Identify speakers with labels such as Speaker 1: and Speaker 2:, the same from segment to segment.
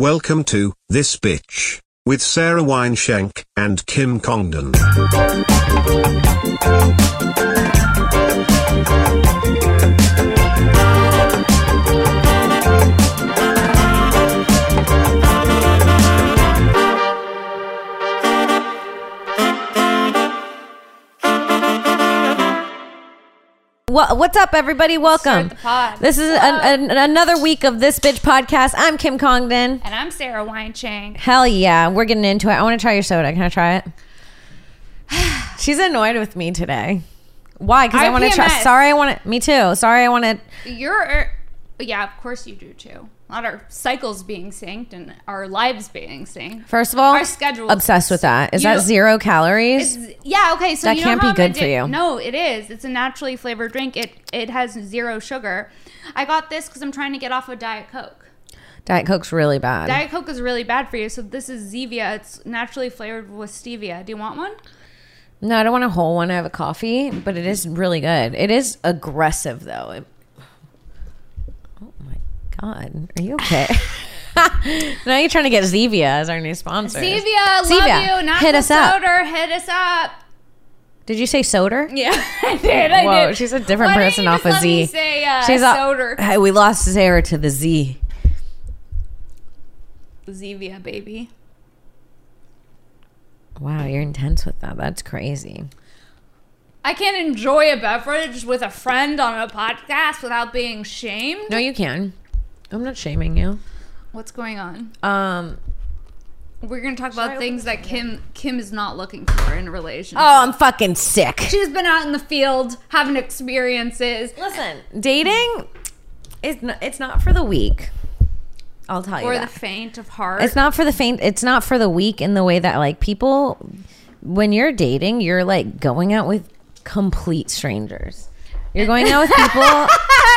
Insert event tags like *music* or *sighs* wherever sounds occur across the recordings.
Speaker 1: Welcome to This Bitch with Sarah Wineshank and Kim Congdon.
Speaker 2: Wha- What's up, everybody? Welcome.
Speaker 3: Start the pod.
Speaker 2: This is an, an, another week of this bitch podcast. I'm Kim Congdon.
Speaker 3: And I'm Sarah Winechang.
Speaker 2: Hell yeah, we're getting into it. I want to try your soda. Can I try it? *sighs* She's annoyed with me today. Why? Because I want to try.
Speaker 3: IPMS.
Speaker 2: Sorry, I want to. Me too. Sorry, I want to.
Speaker 3: You're, yeah, of course you do too. Not our cycles being synced and our lives being synced.
Speaker 2: First of all,
Speaker 3: Our schedule's-
Speaker 2: obsessed with that. Is
Speaker 3: You-
Speaker 2: that zero calories?
Speaker 3: It's- yeah, okay. So
Speaker 2: That
Speaker 3: you know
Speaker 2: can't
Speaker 3: how
Speaker 2: be good
Speaker 3: I
Speaker 2: for
Speaker 3: did-
Speaker 2: you.
Speaker 3: No, it is. It's a naturally flavored drink. It it has zero sugar. I got this because I'm trying to get off of Diet Coke.
Speaker 2: Diet Coke's really bad.
Speaker 3: Diet Coke is really bad for you. So this is Zevia. It's naturally flavored with stevia. Do you want one?
Speaker 2: no, I don't want a whole one. I have a coffee, but it is really good. It is aggressive though. It- oh my god, are you okay? *laughs* now you're trying to get Zevia as our new sponsor.
Speaker 3: Zevia,
Speaker 2: Zevia,
Speaker 3: love you. Not
Speaker 2: hit
Speaker 3: the
Speaker 2: us up.
Speaker 3: soda. Hit us up.
Speaker 2: Did you say soda?
Speaker 3: Yeah, *laughs* I did. I
Speaker 2: Whoa,
Speaker 3: did.
Speaker 2: she's a different
Speaker 3: Why didn't
Speaker 2: person
Speaker 3: you
Speaker 2: off
Speaker 3: just
Speaker 2: of
Speaker 3: let me
Speaker 2: Z.
Speaker 3: Say, uh,
Speaker 2: She's a-
Speaker 3: soda.
Speaker 2: Hey, we lost Sarah to the Z.
Speaker 3: Zevia, baby.
Speaker 2: Wow, you're intense with that. That's crazy.
Speaker 3: I can't enjoy a beverage with a friend on a podcast without being shamed.
Speaker 2: No, you can. I'm not shaming you.
Speaker 3: What's going on?
Speaker 2: Um.
Speaker 3: We're gonna talk about things that Kim Kim is not looking for in a relationship.
Speaker 2: Oh, I'm fucking sick.
Speaker 3: She's been out in the field having experiences,
Speaker 2: Listen, dating is not, it's not for the weak. I'll tell you
Speaker 3: or
Speaker 2: that.
Speaker 3: the faint of heart. *laughs*
Speaker 2: it's not for the faint it's not for the weak in the way that like people when you're dating you're like going out with complete strangers you're going out with
Speaker 3: *laughs*
Speaker 2: people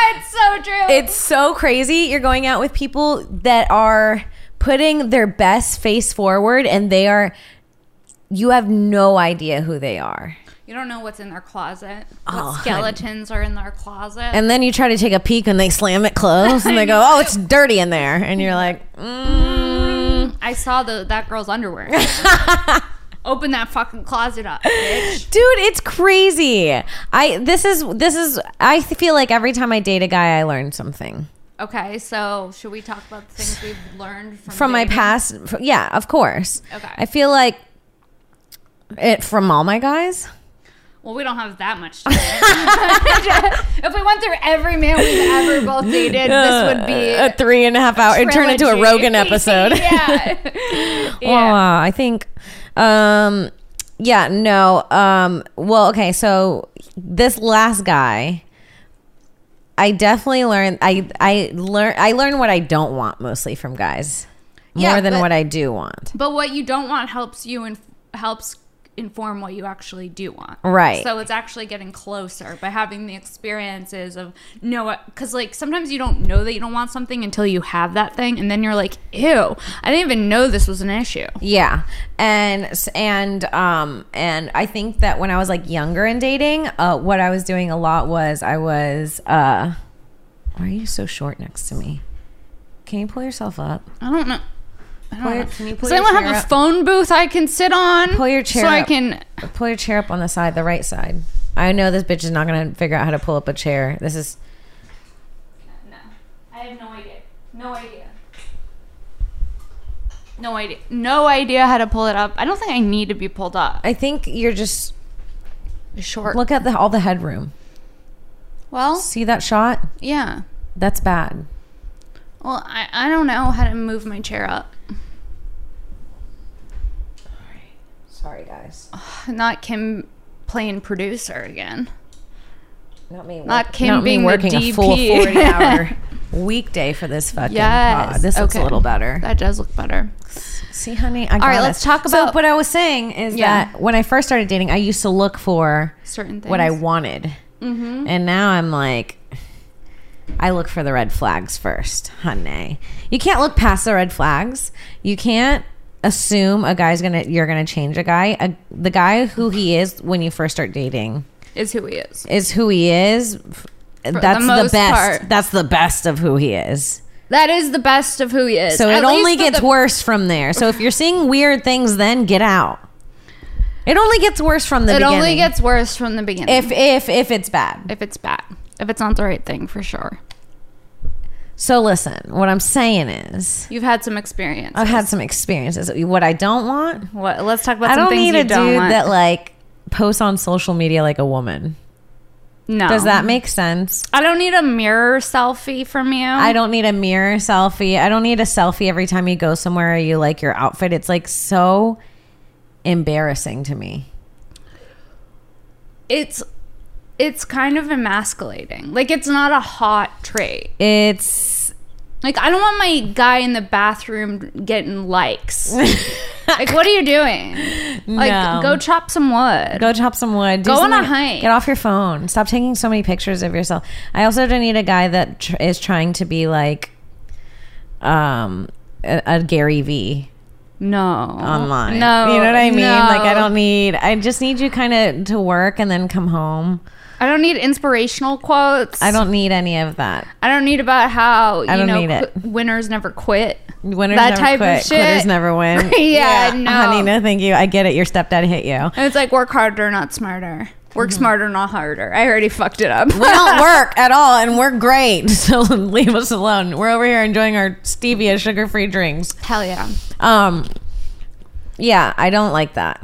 Speaker 3: it's so true.
Speaker 2: it's so crazy you're going out with people that are putting their best face forward and they are you have no idea who they are
Speaker 3: you don't know what's in their closet.
Speaker 2: Oh,
Speaker 3: What
Speaker 2: honey.
Speaker 3: skeletons are in their closet?
Speaker 2: and then you try to take a peek and they slam it closed and they go oh it's dirty in there and you're like mm.
Speaker 3: I saw the that
Speaker 2: *laughs*
Speaker 3: girl's underwear. Open that fucking closet up, bitch.
Speaker 2: dude it's crazy i this is this is i feel like every time i date a guy i learn something
Speaker 3: Okay, so should we talk about the things we've learned from
Speaker 2: from my
Speaker 3: dating?
Speaker 2: past fr- yeah of course
Speaker 3: Okay.
Speaker 2: i feel like it from all my guys
Speaker 3: Well, we don't have that much. Time. *laughs* if we went through every man we've ever both dated, this would be
Speaker 2: a three and a half hour it turned Uh, into a
Speaker 3: trilogy.
Speaker 2: rogan episode *laughs*
Speaker 3: *laughs* yeah. yeah.
Speaker 2: Wow, I think um yeah, no. Um well, okay, so this last guy I definitely learned I I learn I learn what I don't want mostly from guys more
Speaker 3: Yeah,
Speaker 2: than
Speaker 3: but-
Speaker 2: what I do want.
Speaker 3: But what you don't want helps you and helps inform what you actually do want.
Speaker 2: Right.
Speaker 3: So it's actually getting closer by having the experiences of no, because like sometimes you don't know that you don't want something until you have that thing, and then you're like, ew, I didn't even know this was an issue.
Speaker 2: Yeah. And s- and um and I think that when I was like younger and dating, uh what I was doing a lot was I was uh why are you so short next to me? Can you pull yourself up?
Speaker 3: I don't know. I don't
Speaker 2: Pull your-
Speaker 3: know.
Speaker 2: can you pull
Speaker 3: Does
Speaker 2: your
Speaker 3: anyone
Speaker 2: chair
Speaker 3: have
Speaker 2: up?
Speaker 3: a phone booth I can sit on?
Speaker 2: Pull your chair
Speaker 3: so I
Speaker 2: up.
Speaker 3: can.
Speaker 2: Pull your chair up on the side, the right side. I know this bitch is not gonna figure out how to pull up a chair. This is
Speaker 3: No, I have no idea. No idea. No idea. No idea how to pull it up. I don't think I need to be pulled up.
Speaker 2: I think you're just
Speaker 3: Short.
Speaker 2: look at the all the headroom.
Speaker 3: Well,
Speaker 2: See that shot?
Speaker 3: yeah.
Speaker 2: That's bad.
Speaker 3: Well, I, I don't know how to move my chair up.
Speaker 2: Sorry guys.
Speaker 3: Not Kim playing producer again.
Speaker 2: Not me.
Speaker 3: Not
Speaker 2: work-
Speaker 3: Kim
Speaker 2: not me
Speaker 3: being the
Speaker 2: working a full
Speaker 3: DP. *laughs*
Speaker 2: forty hour weekday for this fucking
Speaker 3: Yes.
Speaker 2: pod. This looks a
Speaker 3: Okay.
Speaker 2: little better.
Speaker 3: That does look better.
Speaker 2: See, honey, I got
Speaker 3: right,
Speaker 2: it.
Speaker 3: let's talk
Speaker 2: So
Speaker 3: about-
Speaker 2: what I was saying is
Speaker 3: Yeah.
Speaker 2: that when I first started dating, I used to look for
Speaker 3: Certain things. Mm-hmm.
Speaker 2: what I wanted, and now I'm like, I look for the red flags first, honey. You can't look past the red flags. You can't assume a guy's gonna you're gonna change a guy. A, the guy who he is when you first start dating
Speaker 3: is who he is.
Speaker 2: is who he is. F- That's the,
Speaker 3: most
Speaker 2: best.
Speaker 3: part.
Speaker 2: That's the best of who he is.
Speaker 3: That is the best of who he is.
Speaker 2: So
Speaker 3: At
Speaker 2: it only
Speaker 3: least for
Speaker 2: gets
Speaker 3: the-
Speaker 2: worse from there. So if you're seeing weird things, then get out. It only gets worse from the
Speaker 3: It
Speaker 2: beginning.
Speaker 3: only gets worse from the beginning.
Speaker 2: if if if it's bad.
Speaker 3: if it's bad, if it's not the right thing, for sure.
Speaker 2: So listen, what I'm saying is,
Speaker 3: You've had some experience.
Speaker 2: I've had some experiences. What I don't want,
Speaker 3: What? Let's talk about.
Speaker 2: I
Speaker 3: some
Speaker 2: don't
Speaker 3: things
Speaker 2: need
Speaker 3: you
Speaker 2: a dude
Speaker 3: don't want.
Speaker 2: that like posts on social media like a woman.
Speaker 3: no.
Speaker 2: Does that make sense?
Speaker 3: I don't need a mirror selfie from you.
Speaker 2: I don't need a mirror selfie. I don't need a selfie every time you go somewhere or you like your outfit. It's like so embarrassing to me.
Speaker 3: It's it's kind of emasculating. Like it's not a hot trait.
Speaker 2: It's
Speaker 3: Like I don't want my guy in the bathroom
Speaker 2: *laughs*
Speaker 3: getting likes. like what are you doing? Like
Speaker 2: No.
Speaker 3: go chop some wood.
Speaker 2: go chop some wood. do
Speaker 3: Go on a
Speaker 2: something-
Speaker 3: hike.
Speaker 2: Get off your phone. Stop taking so many pictures of yourself. I also don't need a guy that tr- is trying to be like um a, a Gary V
Speaker 3: no.
Speaker 2: online.
Speaker 3: No.
Speaker 2: you know what I mean.
Speaker 3: no.
Speaker 2: Like I don't need. I just need you kind of to work and then come home.
Speaker 3: I don't need inspirational quotes.
Speaker 2: I don't need any of that.
Speaker 3: I don't need about how you
Speaker 2: don't
Speaker 3: know
Speaker 2: need it.
Speaker 3: qu- winners never quit.
Speaker 2: Winners
Speaker 3: That
Speaker 2: never
Speaker 3: type of
Speaker 2: quit.
Speaker 3: shit.
Speaker 2: Quitters never win.
Speaker 3: *laughs* Yeah, no.
Speaker 2: honey, no, thank you. I get it. Your stepdad hit you.
Speaker 3: And it's like work harder, not smarter. Work
Speaker 2: Mm-hmm.
Speaker 3: smarter, not harder. I already fucked
Speaker 2: *laughs*
Speaker 3: it up.
Speaker 2: We
Speaker 3: *laughs*
Speaker 2: don't work at all, and we're great. *laughs* So leave us alone. We're over here enjoying our stevia sugar-free drinks.
Speaker 3: Hell yeah.
Speaker 2: Um, yeah, I don't like that.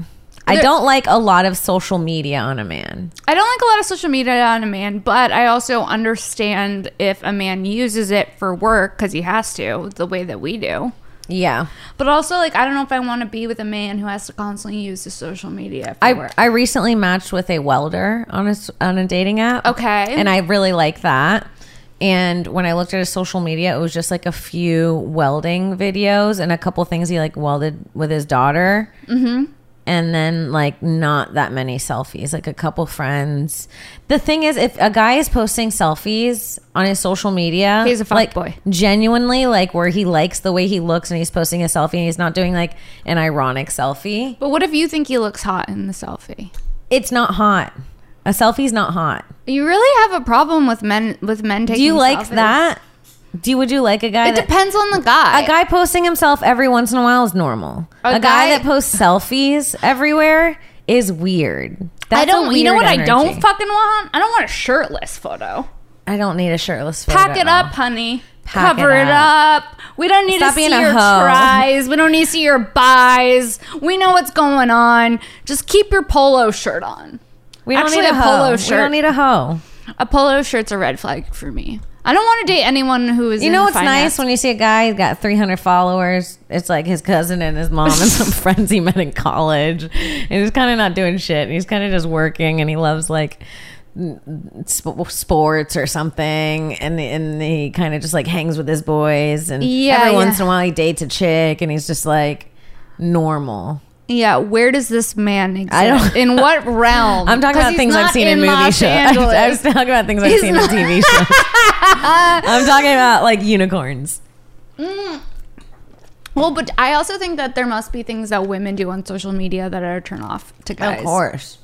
Speaker 2: I
Speaker 3: There-
Speaker 2: don't like a lot of social media on a man.
Speaker 3: I don't like a lot of social media on a man, but I also understand if a man uses it for work because he has to, the way that we do.
Speaker 2: Yeah,
Speaker 3: But also, like, I don't know if I want to be with a man who has to constantly use his social media for
Speaker 2: I
Speaker 3: work.
Speaker 2: I recently matched with a welder on a s- on a dating app.
Speaker 3: Okay.
Speaker 2: and I really like that. And when I looked at his social media, it was just like a few welding videos and a couple things he like welded with his daughter. Mm-hmm. And then like not that many selfies, like a couple friends. The thing is, if a guy is posting selfies on his social media,
Speaker 3: He's a fuck
Speaker 2: like,
Speaker 3: boy.
Speaker 2: Genuinely, like where he likes the way he looks, and he's posting a selfie, and he's not doing like an ironic selfie.
Speaker 3: But what if you think he looks hot in the selfie?
Speaker 2: It's not hot. A selfie's not hot.
Speaker 3: You really have a problem with men with men taking.
Speaker 2: Do you like
Speaker 3: selfies.
Speaker 2: that? Do you, would you like a guy
Speaker 3: It
Speaker 2: that
Speaker 3: depends on the guy.
Speaker 2: a guy posting himself every once in a while is normal. A, guy,
Speaker 3: guy-
Speaker 2: that posts selfies everywhere is weird. That's
Speaker 3: I don't.
Speaker 2: a
Speaker 3: you know
Speaker 2: weird
Speaker 3: what I don't
Speaker 2: energy.
Speaker 3: fucking want? I don't want a shirtless photo.
Speaker 2: I don't need a shirtless. photo
Speaker 3: Pack
Speaker 2: at
Speaker 3: it up,
Speaker 2: all.
Speaker 3: honey.
Speaker 2: Pack
Speaker 3: Cover
Speaker 2: it
Speaker 3: it up. We don't need
Speaker 2: Stop
Speaker 3: to see
Speaker 2: being a
Speaker 3: your
Speaker 2: hoe.
Speaker 3: tries. We don't need to see your buys. We know what's going on. Just keep your polo shirt on.
Speaker 2: We don't
Speaker 3: Actually,
Speaker 2: need a,
Speaker 3: a
Speaker 2: hoe.
Speaker 3: polo
Speaker 2: We
Speaker 3: shirt.
Speaker 2: don't need a hoe.
Speaker 3: A polo shirt's a red flag for me. I don't want to date anyone who is.
Speaker 2: You
Speaker 3: in
Speaker 2: know what's
Speaker 3: finance.
Speaker 2: nice when you see a guy who's got 300 followers. It's like his cousin and his mom and some *laughs* friends he met in college, and he's kind of not doing shit. He's kind of just working, and he loves like n- sp- sports or something, and and he kind of just like hangs with his boys, and
Speaker 3: Yeah,
Speaker 2: every
Speaker 3: yeah.
Speaker 2: once in a while he dates a chick, and he's just like normal.
Speaker 3: Yeah, where does this man exist?
Speaker 2: I don't- *laughs*
Speaker 3: in what realm?
Speaker 2: I'm talking
Speaker 3: 'Cause
Speaker 2: about
Speaker 3: he's
Speaker 2: things I've
Speaker 3: not
Speaker 2: seen in, movie
Speaker 3: Los
Speaker 2: shows. *laughs*
Speaker 3: Angeles.
Speaker 2: I was talking about things I've
Speaker 3: He's
Speaker 2: seen
Speaker 3: not-
Speaker 2: in TV
Speaker 3: *laughs*
Speaker 2: shows. I'm talking about like unicorns.
Speaker 3: well, but I also think that there must be things that women do on social media that are turn off to guys.
Speaker 2: Of course.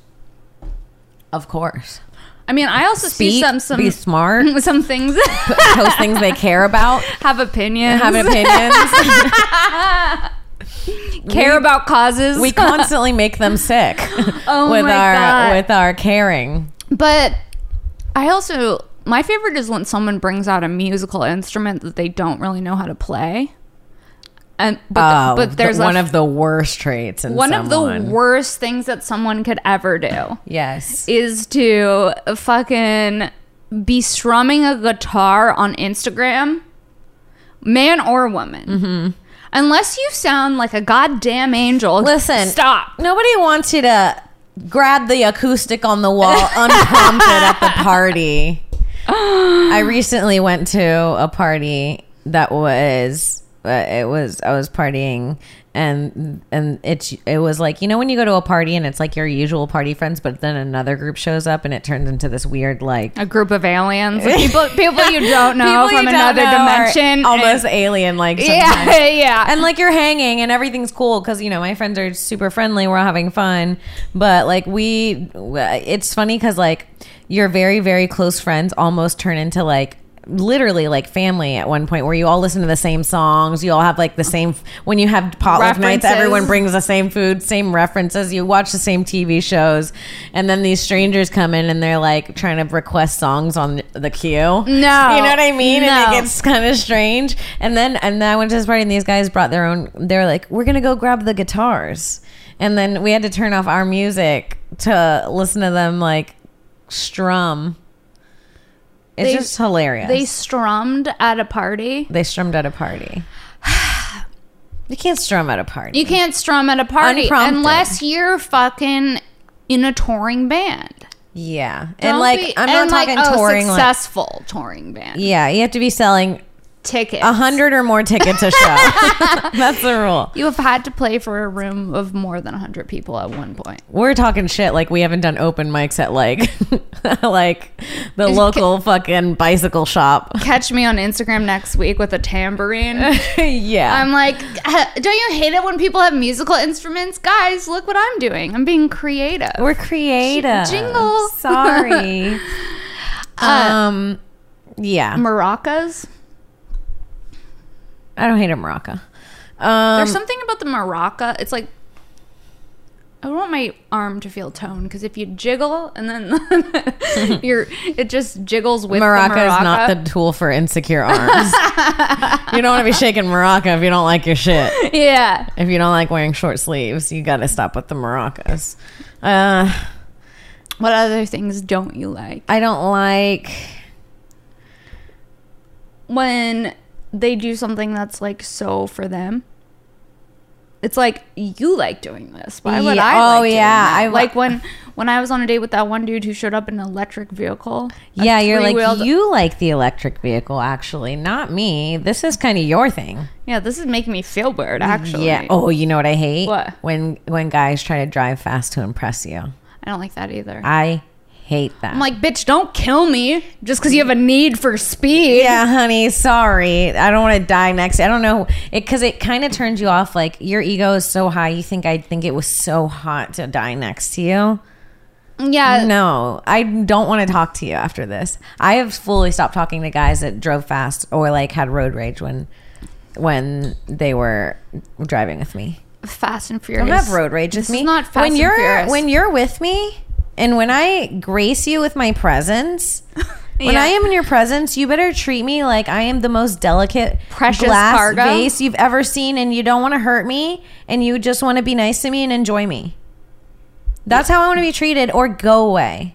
Speaker 2: Of course.
Speaker 3: I mean, I also see
Speaker 2: Speak,
Speaker 3: some some
Speaker 2: be smart,
Speaker 3: *laughs* some things *laughs*
Speaker 2: post things they care about,
Speaker 3: have opinions, *laughs*
Speaker 2: have opinions.
Speaker 3: care about causes.
Speaker 2: we constantly make them sick
Speaker 3: *laughs* Oh
Speaker 2: with
Speaker 3: my
Speaker 2: our
Speaker 3: God.
Speaker 2: with our caring.
Speaker 3: *laughs* but I also my favorite is when someone brings out a musical instrument that they don't really know how to play. And but,
Speaker 2: Oh,
Speaker 3: but there's
Speaker 2: the-
Speaker 3: a-
Speaker 2: one of the worst traits in
Speaker 3: one
Speaker 2: someone.
Speaker 3: of the worst things that someone could ever do.
Speaker 2: Yes.
Speaker 3: is to fucking be strumming a guitar on Instagram, man or woman.
Speaker 2: Mm-hmm.
Speaker 3: Unless you sound like a goddamn angel.
Speaker 2: Listen.
Speaker 3: Stop.
Speaker 2: Nobody wants you to grab the acoustic on the wall
Speaker 3: *laughs*
Speaker 2: unprompted at the party. I recently went to a party that was uh, it was I was partying and and it's it was like you know when you go to a party and it's like your usual party friends but then another group shows up and it turns into this weird like
Speaker 3: A group of aliens. Like
Speaker 2: *laughs*
Speaker 3: people people you don't know
Speaker 2: people you
Speaker 3: from
Speaker 2: don't
Speaker 3: another
Speaker 2: know are
Speaker 3: dimension.
Speaker 2: almost alien like sometimes.
Speaker 3: *laughs* yeah, yeah.
Speaker 2: and like you're hanging and everything's cool because you know my friends are super friendly we're all having fun but like we it's funny because like your very very close friends almost turn into like literally like family at one point where you all listen to the same songs you all have like the same when you have potluck nights
Speaker 3: References.
Speaker 2: everyone brings the same food same references you watch the same tv shows and then these strangers come in and they're like trying to request songs on the queue no you know what i mean and it
Speaker 3: No.
Speaker 2: gets it's kind of strange. And then and then I went to this party and these guys brought their own. They're like, we're gonna go grab the guitars, and then we had to turn off our music to listen to them like strum. It's
Speaker 3: They-
Speaker 2: just hilarious.
Speaker 3: They
Speaker 2: They
Speaker 3: strummed at a party.
Speaker 2: they strummed at a party. *sighs* you can't strum at a party.
Speaker 3: You can't strum at a party
Speaker 2: Unprompted.
Speaker 3: unless you're fucking in a touring band.
Speaker 2: yeah,
Speaker 3: Don't
Speaker 2: and like
Speaker 3: be-
Speaker 2: I'm
Speaker 3: and,
Speaker 2: not talking
Speaker 3: like, oh,
Speaker 2: touring.
Speaker 3: a
Speaker 2: Like,
Speaker 3: successful touring band.
Speaker 2: yeah, Uh-huh. you have to be selling
Speaker 3: Tickets.
Speaker 2: a hundred or more tickets a
Speaker 3: *laughs*
Speaker 2: show. *laughs* That's the rule.
Speaker 3: You have had to play for a room of more than 100 people at one point.
Speaker 2: We're talking shit like we haven't done open mics at like *laughs* like the local fucking bicycle shop. *laughs*
Speaker 3: Catch me on Instagram next week with a *laughs* tambourine.
Speaker 2: yeah.
Speaker 3: I'm like, "Uh, don't you hate it when people have musical instruments? Guys, look what I'm doing. I'm being creative.
Speaker 2: We're creative.
Speaker 3: J- jingle.
Speaker 2: *laughs* Sorry. um yeah.
Speaker 3: Maracas?
Speaker 2: I don't hate a maraca.
Speaker 3: There's
Speaker 2: Um
Speaker 3: something about the maraca. It's like, I want my arm to feel tone because if you jiggle and then *laughs* you're, it just jiggles with the
Speaker 2: maraca
Speaker 3: maraca.
Speaker 2: is not the tool for *laughs* insecure arms. you don't want to be shaking maraca if you don't like your shit.
Speaker 3: *laughs* yeah.
Speaker 2: If you don't like wearing short sleeves, you got to stop with the maracas. Uh
Speaker 3: What other things don't you like?
Speaker 2: I don't like
Speaker 3: when they do something that's like so for them. It's like you like doing this. Why would
Speaker 2: Yeah.
Speaker 3: I?
Speaker 2: Oh,
Speaker 3: like doing
Speaker 2: yeah.
Speaker 3: that?
Speaker 2: I wa- *laughs*
Speaker 3: like when when I was on a date with that one dude who showed up in an electric vehicle. a
Speaker 2: yeah, you're like
Speaker 3: three-wheeled-
Speaker 2: you like the electric vehicle, actually, not me. This is kind of your thing.
Speaker 3: Yeah, this is making me feel weird. Actually,
Speaker 2: Yeah. Oh, you know what I hate?
Speaker 3: What?
Speaker 2: When when guys try to drive fast to impress you,
Speaker 3: I don't like that either.
Speaker 2: I hate that.
Speaker 3: I'm like, bitch, don't kill me just because you have a need for speed.
Speaker 2: yeah, honey, sorry. I don't want to die next. I don't know it because it kind of turns you off. Like your ego is so high, you think I think it was so hot to die next to you.
Speaker 3: yeah.
Speaker 2: no, I don't want to talk to you after this. I have fully stopped talking to guys that drove fast or like had road rage when when they were driving with me.
Speaker 3: Fast and
Speaker 2: I
Speaker 3: furious.
Speaker 2: don't have road rage with
Speaker 3: This
Speaker 2: me.
Speaker 3: Is not fast
Speaker 2: when
Speaker 3: and
Speaker 2: you're
Speaker 3: furious.
Speaker 2: when you're with me and when I grace you with my
Speaker 3: *laughs*
Speaker 2: presence. When
Speaker 3: Yeah.
Speaker 2: I am in your presence, you better treat me like I am the most delicate,
Speaker 3: Precious
Speaker 2: glass
Speaker 3: cargo.
Speaker 2: vase you've ever seen, and you don't want to hurt me, and you just want to be nice to me and enjoy me. That's how I want to be treated, or go away.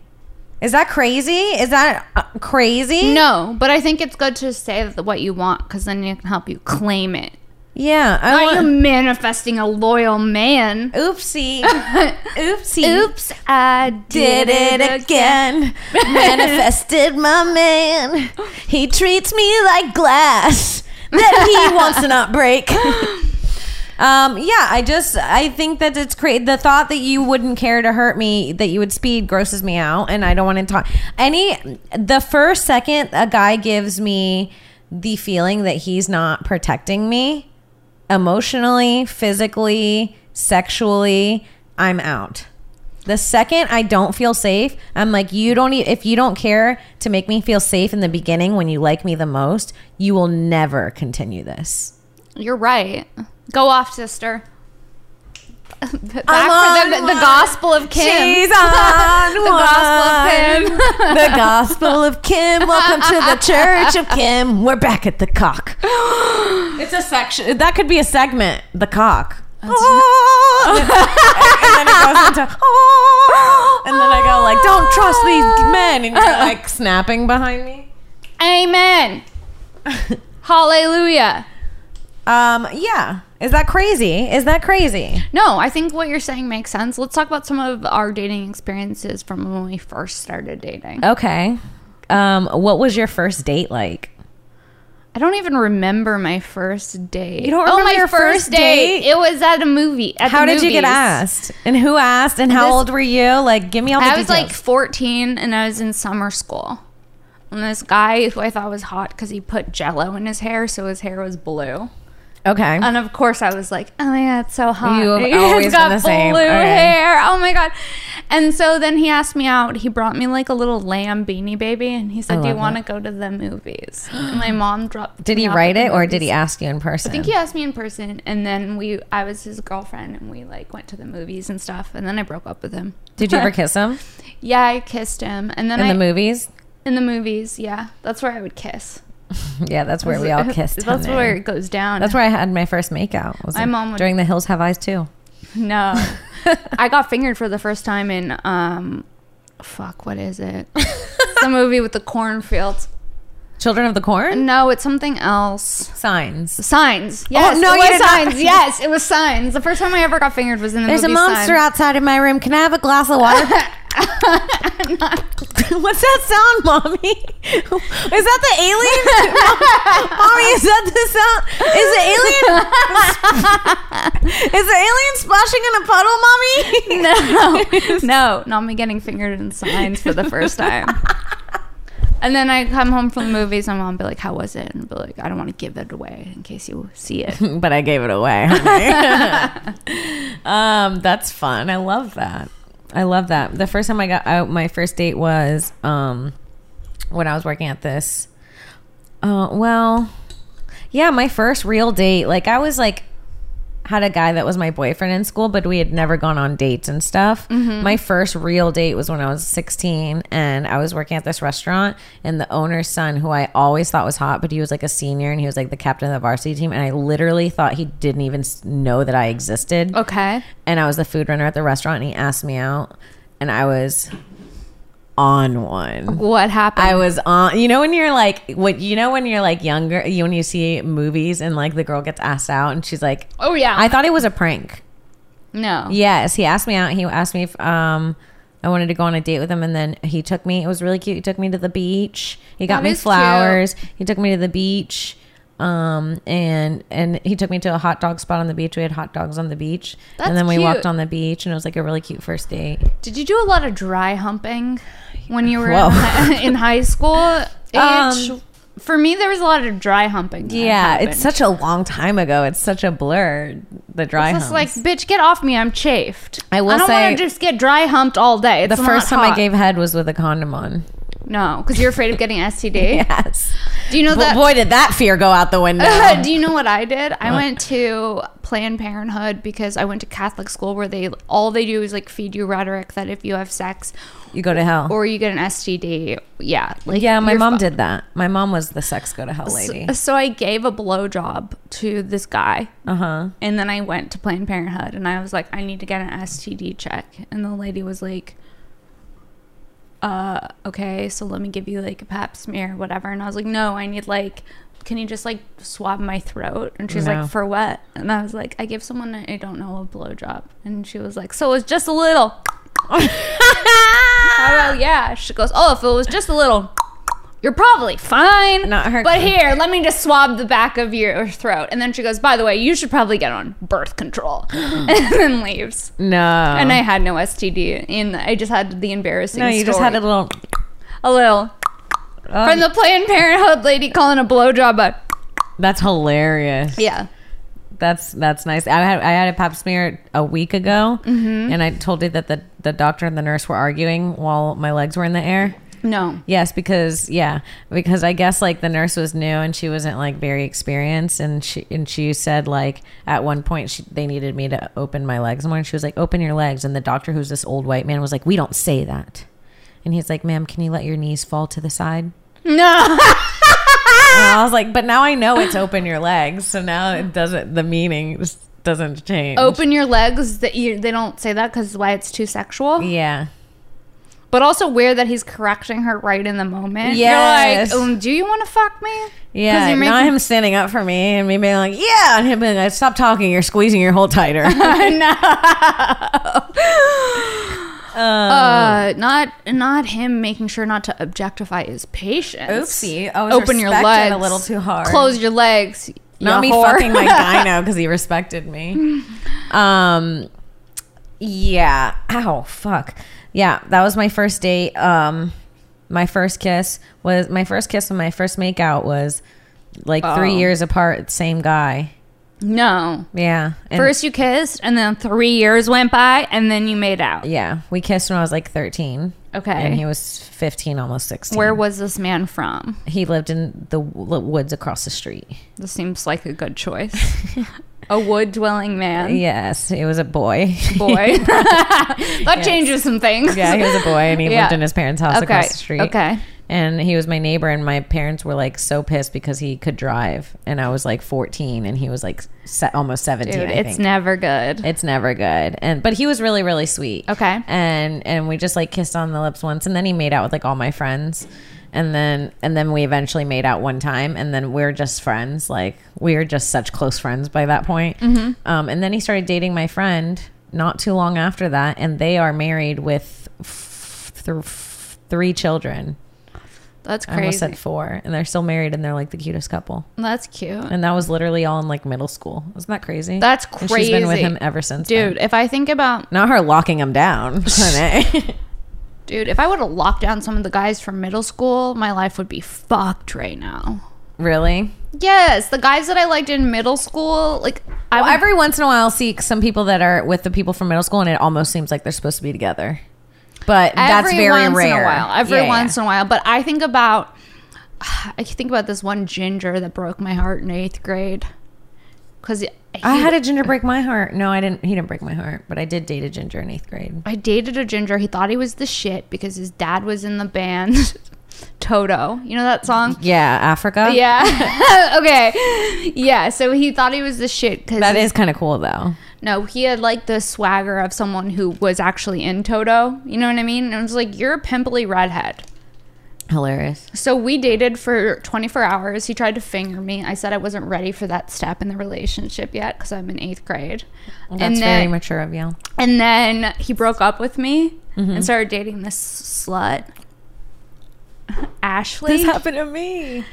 Speaker 2: Is that crazy? Is that uh, crazy?
Speaker 3: no, but I think it's good to say that what you want because then it can help you claim it.
Speaker 2: Yeah. I
Speaker 3: Are you
Speaker 2: want-
Speaker 3: manifesting a loyal man?
Speaker 2: oopsie.
Speaker 3: *laughs*
Speaker 2: oopsie.
Speaker 3: Oops, I
Speaker 2: Did it again. Manifested my man. He treats me like glass that he wants to not break. Um, yeah, I just I think that it's crazy. The thought that you wouldn't care to hurt me, that you would speed, grosses me out, and I don't want to talk. Any the first second a guy gives me the feeling that he's not protecting me emotionally, physically, sexually, I'm out. The second I don't feel safe, I'm like, you don't. E- if you don't care to make me feel safe in the beginning when you like me the most, you will never continue this.
Speaker 3: You're right. Go off, sister. *laughs* Back
Speaker 2: I'm
Speaker 3: for
Speaker 2: on
Speaker 3: the, the
Speaker 2: one.
Speaker 3: gospel of Kim. *laughs*
Speaker 2: She's on
Speaker 3: The gospel
Speaker 2: one.
Speaker 3: of Kim.
Speaker 2: *laughs* the gospel of Kim. Welcome to the church of Kim. We're back at the
Speaker 3: *gasps*
Speaker 2: cock. It's a section. That could be a segment. The cock. Ah. and then it goes into ah. and then I go like, "Don't trust these men," and you're like snapping behind me. *laughs*
Speaker 3: Amen. Hallelujah.
Speaker 2: Um, yeah, is that crazy? Is that crazy?
Speaker 3: No, I think what you're saying makes sense. Let's talk about some of our dating experiences from when we first started dating.
Speaker 2: Oh. Okay. Um, what was your first date like?
Speaker 3: I don't even remember my first date. You
Speaker 2: don't
Speaker 3: oh,
Speaker 2: remember
Speaker 3: my
Speaker 2: your first date?
Speaker 3: It was at a movie. At the
Speaker 2: How did you get
Speaker 3: movies.
Speaker 2: asked? And who asked? And how
Speaker 3: This-
Speaker 2: old were you? Like, give me all the
Speaker 3: I was
Speaker 2: details.
Speaker 3: like 14 and I was in summer school. And this guy who I thought was hot because he put jello in his hair, so his hair was blue.
Speaker 2: okay.
Speaker 3: And of course, I was like, oh my God, it's so hot.
Speaker 2: You have
Speaker 3: He's
Speaker 2: always been the same.
Speaker 3: blue
Speaker 2: Okay.
Speaker 3: hair. Oh my God. And so then he asked me out. He brought me like a little lamb beanie baby, and he
Speaker 2: I
Speaker 3: said, "Do you
Speaker 2: love
Speaker 3: want to go to the movies?" And my mom
Speaker 2: *gasps*
Speaker 3: dropped.
Speaker 2: Did
Speaker 3: me
Speaker 2: he
Speaker 3: off
Speaker 2: write
Speaker 3: at the
Speaker 2: it or
Speaker 3: movies.
Speaker 2: did he ask you in person?
Speaker 3: I think he asked me in person, and then we. I was his girlfriend, and we like went to the movies and stuff. And then I broke up with him.
Speaker 2: Did
Speaker 3: *laughs*
Speaker 2: you ever kiss him
Speaker 3: Yeah, I kissed him, and then
Speaker 2: in
Speaker 3: I,
Speaker 2: the movies?
Speaker 3: in the movies, yeah, that's where I would kiss.
Speaker 2: Yeah, that's where we
Speaker 3: *laughs*
Speaker 2: all kissed.
Speaker 3: That's
Speaker 2: honey.
Speaker 3: where it goes down.
Speaker 2: That's where I had my first makeout. Was
Speaker 3: My
Speaker 2: in-
Speaker 3: mom would-
Speaker 2: during The Hills Have Eyes too.
Speaker 3: *laughs*
Speaker 2: *laughs*
Speaker 3: No. I got fingered for the first time in um fuck, what is it? It's the movie with the cornfields.
Speaker 2: Children of the Corn.
Speaker 3: No, it's something else.
Speaker 2: Signs.
Speaker 3: Signs. Yes.
Speaker 2: Oh, no,
Speaker 3: it
Speaker 2: you
Speaker 3: was
Speaker 2: did not.
Speaker 3: signs. Yes, it was signs. The first time I ever got fingered was in the
Speaker 2: There's a
Speaker 3: movie
Speaker 2: monster
Speaker 3: Signs.
Speaker 2: outside of my room. Can I have a glass of *laughs* water? What's that sound, mommy? Is that the *laughs* alien? mommy, is that the sound? Is the *laughs* alien? *laughs* is the alien splashing in a puddle, mommy?
Speaker 3: *laughs*
Speaker 2: *laughs*
Speaker 3: No. No, not me getting fingered in signs for the first time. And then I come home from the movies, my mom be like, How was it? And I'd be like, I don't want to give it away in case you see
Speaker 2: *laughs*
Speaker 3: it.
Speaker 2: but I gave it away. *laughs* honey. um, that's fun. I love that. I love that. The first time I got out, my first date was um, when I was working at this. Uh, well, yeah, my first real date. Like I was like had a guy that was my boyfriend in school, but we had never gone on dates and stuff. My first real date was when I was 16 and I was working at this restaurant and the owner's son, who I always thought was hot, but he was like a senior and he was like the captain of the varsity team. And I literally thought he didn't even s- know that I existed.
Speaker 3: Okay.
Speaker 2: And I was the food runner at the restaurant and he asked me out and I was on one.
Speaker 3: What happened?
Speaker 2: I was on. You know when you're like, what you know when you're like younger, you when you see movies and like the girl gets asked out and she's like,
Speaker 3: Oh, yeah.
Speaker 2: I thought it was a prank.
Speaker 3: no.
Speaker 2: Yes, he asked me out. He asked me if um I wanted to go on a date with him, and then he took me. It was really cute. He took me to the beach. He got
Speaker 3: That
Speaker 2: me
Speaker 3: is cute.
Speaker 2: flowers. He took me to the beach. Um and and he took me to a hot dog spot on the beach. We had hot dogs on the beach,
Speaker 3: That's
Speaker 2: and then we
Speaker 3: cute.
Speaker 2: walked on the beach, and it was like a really cute first date.
Speaker 3: Did you do a lot of dry humping when you were in
Speaker 2: Whoa.
Speaker 3: hi- *laughs* in
Speaker 2: *laughs*
Speaker 3: high school? Age?
Speaker 2: Um,
Speaker 3: For me, there was a lot of dry humping. that
Speaker 2: Yeah, it's
Speaker 3: happened.
Speaker 2: such a long time ago. It's such a blur. The dry
Speaker 3: It's just
Speaker 2: humps.
Speaker 3: like, bitch, get off me. I'm chafed.
Speaker 2: I will
Speaker 3: I don't
Speaker 2: say-
Speaker 3: want to just get dry humped all day. It's
Speaker 2: The first
Speaker 3: not
Speaker 2: time I
Speaker 3: hot.
Speaker 2: gave head was with a condom on.
Speaker 3: No, because you're afraid of
Speaker 2: *laughs*
Speaker 3: getting STD.
Speaker 2: Yes.
Speaker 3: Do you know
Speaker 2: But
Speaker 3: that? *laughs*
Speaker 2: boy, did that fear go out the window.
Speaker 3: Do you know what I did? I went to Planned Parenthood because I went to Catholic school where they all they do is like feed you rhetoric that if you have sex
Speaker 2: you go to hell.
Speaker 3: or you get an STD, yeah, like
Speaker 2: yeah, my
Speaker 3: you're
Speaker 2: mom
Speaker 3: fucked.
Speaker 2: did that. My mom was the sex go to hell lady.
Speaker 3: So, so I gave a blowjob to this guy,
Speaker 2: Uh huh.
Speaker 3: and then I went to Planned Parenthood, and I was like, I need to get an STD check, and the lady was like, "Uh, okay, so let me give you like a Pap smear, whatever," and I was like, "No, I need like." Can you just like swab my throat? And she's
Speaker 2: No.
Speaker 3: like, for what? And I was like, I gave someone I don't know a blowjob. And she was like, so it was just a little. I go, Oh, yeah. She goes, oh, if it was just a little, you're probably fine.
Speaker 2: Not her-
Speaker 3: But here, let me just swab the back of your throat. And then she goes, by the way, you should probably get on birth control. *laughs* and then leaves.
Speaker 2: No.
Speaker 3: And I had no STD. And I just had the embarrassing
Speaker 2: no, you just had a
Speaker 3: story.
Speaker 2: little.
Speaker 3: a little.
Speaker 2: Oh,
Speaker 3: From the Planned Parenthood lady calling a blowjob a.
Speaker 2: that's hilarious.
Speaker 3: Yeah.
Speaker 2: That's that's nice. I had I had a pap smear a week ago,
Speaker 3: Mm-hmm.
Speaker 2: and I told you that the the doctor and the nurse were arguing while my legs were in the air.
Speaker 3: No.
Speaker 2: Yes, because yeah, because I guess like the nurse was new and she wasn't like very experienced, and she and she said like at one point she, they needed me to open my legs more, and she was like, "Open your legs," and the doctor, who's this old white man, was like, "We don't say that," and he's like, "Ma'am, can you let your knees fall to the side?"
Speaker 3: No.
Speaker 2: And I was like, "But now I know it's open your legs, so now it doesn't. The meaning just doesn't change."
Speaker 3: *laughs* Open your legs. That you, they don't say that because why it's too sexual.
Speaker 2: Yeah.
Speaker 3: But also weird that he's correcting her right in the moment.
Speaker 2: Yes.
Speaker 3: You're like, um, do you want to fuck me?
Speaker 2: Yeah,
Speaker 3: you're
Speaker 2: now
Speaker 3: making-
Speaker 2: him standing up for me and me being like, "Yeah," and him being like, "Stop talking! You're squeezing your hole tighter." *laughs*
Speaker 3: Uh, not not him making sure not to objectify his patients.
Speaker 2: Oopsie. Oh, I was respecting a little too hard.
Speaker 3: Close your legs.
Speaker 2: Not me
Speaker 3: you whore.
Speaker 2: fucking
Speaker 3: *laughs*
Speaker 2: my *laughs* gyno because he respected me. Um, yeah. Ow, fuck. Yeah, that was my first date. Um, my first kiss was my first kiss and my first makeout was like
Speaker 3: Oh.
Speaker 2: three years apart. Same guy.
Speaker 3: No.
Speaker 2: Yeah. And-
Speaker 3: First you kissed, and then three years went by, and then you made out.
Speaker 2: Yeah, we kissed when I was like 13.
Speaker 3: Okay.
Speaker 2: And he was 15, almost 16.
Speaker 3: Where was this man from?
Speaker 2: he lived in the w- woods across the street.
Speaker 3: This seems like a good choice.
Speaker 2: *laughs*
Speaker 3: a wood dwelling man.
Speaker 2: Yes, he was a boy. *laughs*
Speaker 3: Boy. *laughs* that changes some things.
Speaker 2: yeah, he was a boy and he
Speaker 3: Yeah.
Speaker 2: lived in his parents' house
Speaker 3: *laughs* Okay,
Speaker 2: across the street.
Speaker 3: okay.
Speaker 2: And he was my neighbor and my parents were like so pissed because he could drive and I was like 14 and he was like se- almost 17,
Speaker 3: Dude,
Speaker 2: I
Speaker 3: it's
Speaker 2: think.
Speaker 3: never good.
Speaker 2: It's never good. And but he was really really sweet.
Speaker 3: Okay.
Speaker 2: And and we just like kissed on the lips once and then he made out with like all my friends. And then and then we eventually made out one time and then we're just friends. Like we were just such close friends by that point.
Speaker 3: Mm-hmm.
Speaker 2: Um and then he started dating my friend not too long after that and they are married with f- th- three children.
Speaker 3: That's
Speaker 2: I almost
Speaker 3: crazy.
Speaker 2: said four and they're still married and they're like the cutest couple.
Speaker 3: That's cute.
Speaker 2: And that was literally all in like middle school. Isn't that crazy?
Speaker 3: That's
Speaker 2: And she's been with
Speaker 3: crazy.
Speaker 2: him ever since. then.
Speaker 3: Dude, if I think about
Speaker 2: Not her locking him
Speaker 3: *laughs*
Speaker 2: down. honey.
Speaker 3: dude, if I would have locked down some of the guys from middle school, my life would be fucked right now.
Speaker 2: really?
Speaker 3: Yes, the guys that I liked in middle school, like I
Speaker 2: Well,
Speaker 3: would-
Speaker 2: every once in a while, I'll see some people that are with the people from middle school, and it almost seems like they're supposed to be together. But that's
Speaker 3: every
Speaker 2: very
Speaker 3: once
Speaker 2: rare.
Speaker 3: in a while. Every
Speaker 2: Yeah, yeah.
Speaker 3: once in a while, but I think about *sighs* I think about this one ginger that broke my heart in eighth grade because
Speaker 2: I had a ginger break my heart. No, I didn't. He didn't break my heart, but I did date a ginger in eighth grade.
Speaker 3: I dated a ginger. He thought he was the shit because his dad was in the band *laughs* Toto. You know that song?
Speaker 2: Yeah, Africa. *laughs*
Speaker 3: Yeah. *laughs* okay. Yeah. So he thought he was the shit because
Speaker 2: that is kind of cool though.
Speaker 3: no, he had like the swagger of someone who was actually in Toto. You know what I mean? And it was like you're a pimply redhead.
Speaker 2: Hilarious.
Speaker 3: So we dated for 24 hours. He tried to finger me. I said I wasn't ready for that step in the relationship yet because I'm in eighth grade.
Speaker 2: That's very mature of you.
Speaker 3: And then he broke up with me
Speaker 2: Mm-hmm.
Speaker 3: and started dating this slut, *laughs* Ashley.
Speaker 2: This happened to me.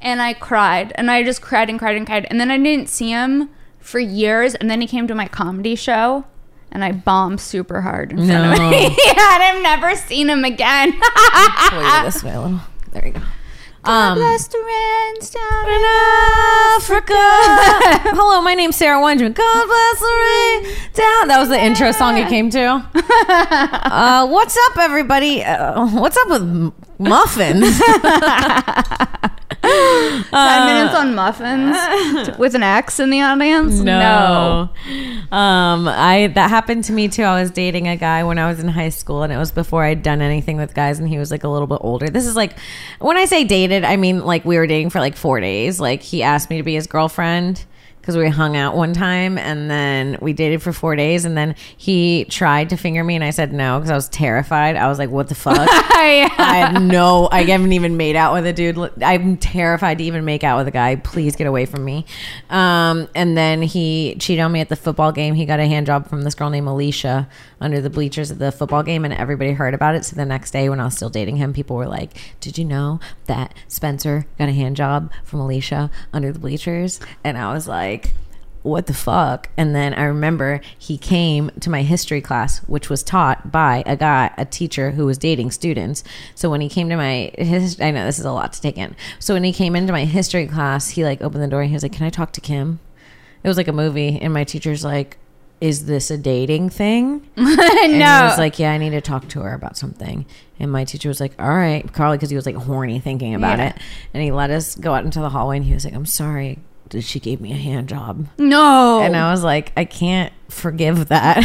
Speaker 3: and I cried. And I just cried and cried and cried. And then I didn't see him for years. And then he came to my comedy show and I bombed super hard in front of
Speaker 2: No.
Speaker 3: him. *laughs* yeah, and I've never seen him again. *laughs* Ah,
Speaker 2: Pull you this way a little. There you go. Um,
Speaker 3: Blessed rains down in
Speaker 2: Africa. Hello, my name's Sarah Weintraub. God bless the rain down. That was the intro song it came to. Uh, what's up, everybody? Uh, what's up with m- muffins? Uh.
Speaker 3: Five minutes on muffins with an X in the audience?
Speaker 2: Um, I that happened to me too. I was dating a guy when I was in high school, and it was before I'd done anything with guys, and he was like a little bit older. This is like when I say dated, I mean like we were dating for like four days. Like he asked me to be his girlfriend because we hung out one time, and then we dated for four days, and then he tried to finger me, and I said no because I was terrified. I was like, "What the fuck."
Speaker 3: I,
Speaker 2: I have no. I haven't even made out with a dude. I'm terrified to even make out with a guy. Please get away from me. Um, and then he cheated on me at the football game. He got a hand job from this girl named Alicia under the bleachers at the football game, and everybody heard about it. So the next day, when I was still dating him, people were like, "Did you know that Spencer got a hand job from Alicia under the bleachers?" And I was like what the fuck? And then I remember he came to my history class, which was taught by a guy, a teacher who was dating students. So when he came to my, his, I know this is a lot to take in. So when he came into my history class, he like opened the door and he was like, "Can I talk to Kim?" It was like a movie, and my teacher's like, "Is this a dating thing?" And he was like, "Yeah, I need to talk to her about something." And my teacher was like, "All right, Carly," because he was like horny thinking about
Speaker 3: Yeah.
Speaker 2: it, and he let us go out into the hallway, and he was like, "I'm sorry." that She gave me a hand job.
Speaker 3: no.
Speaker 2: And I was like, I can't forgive that.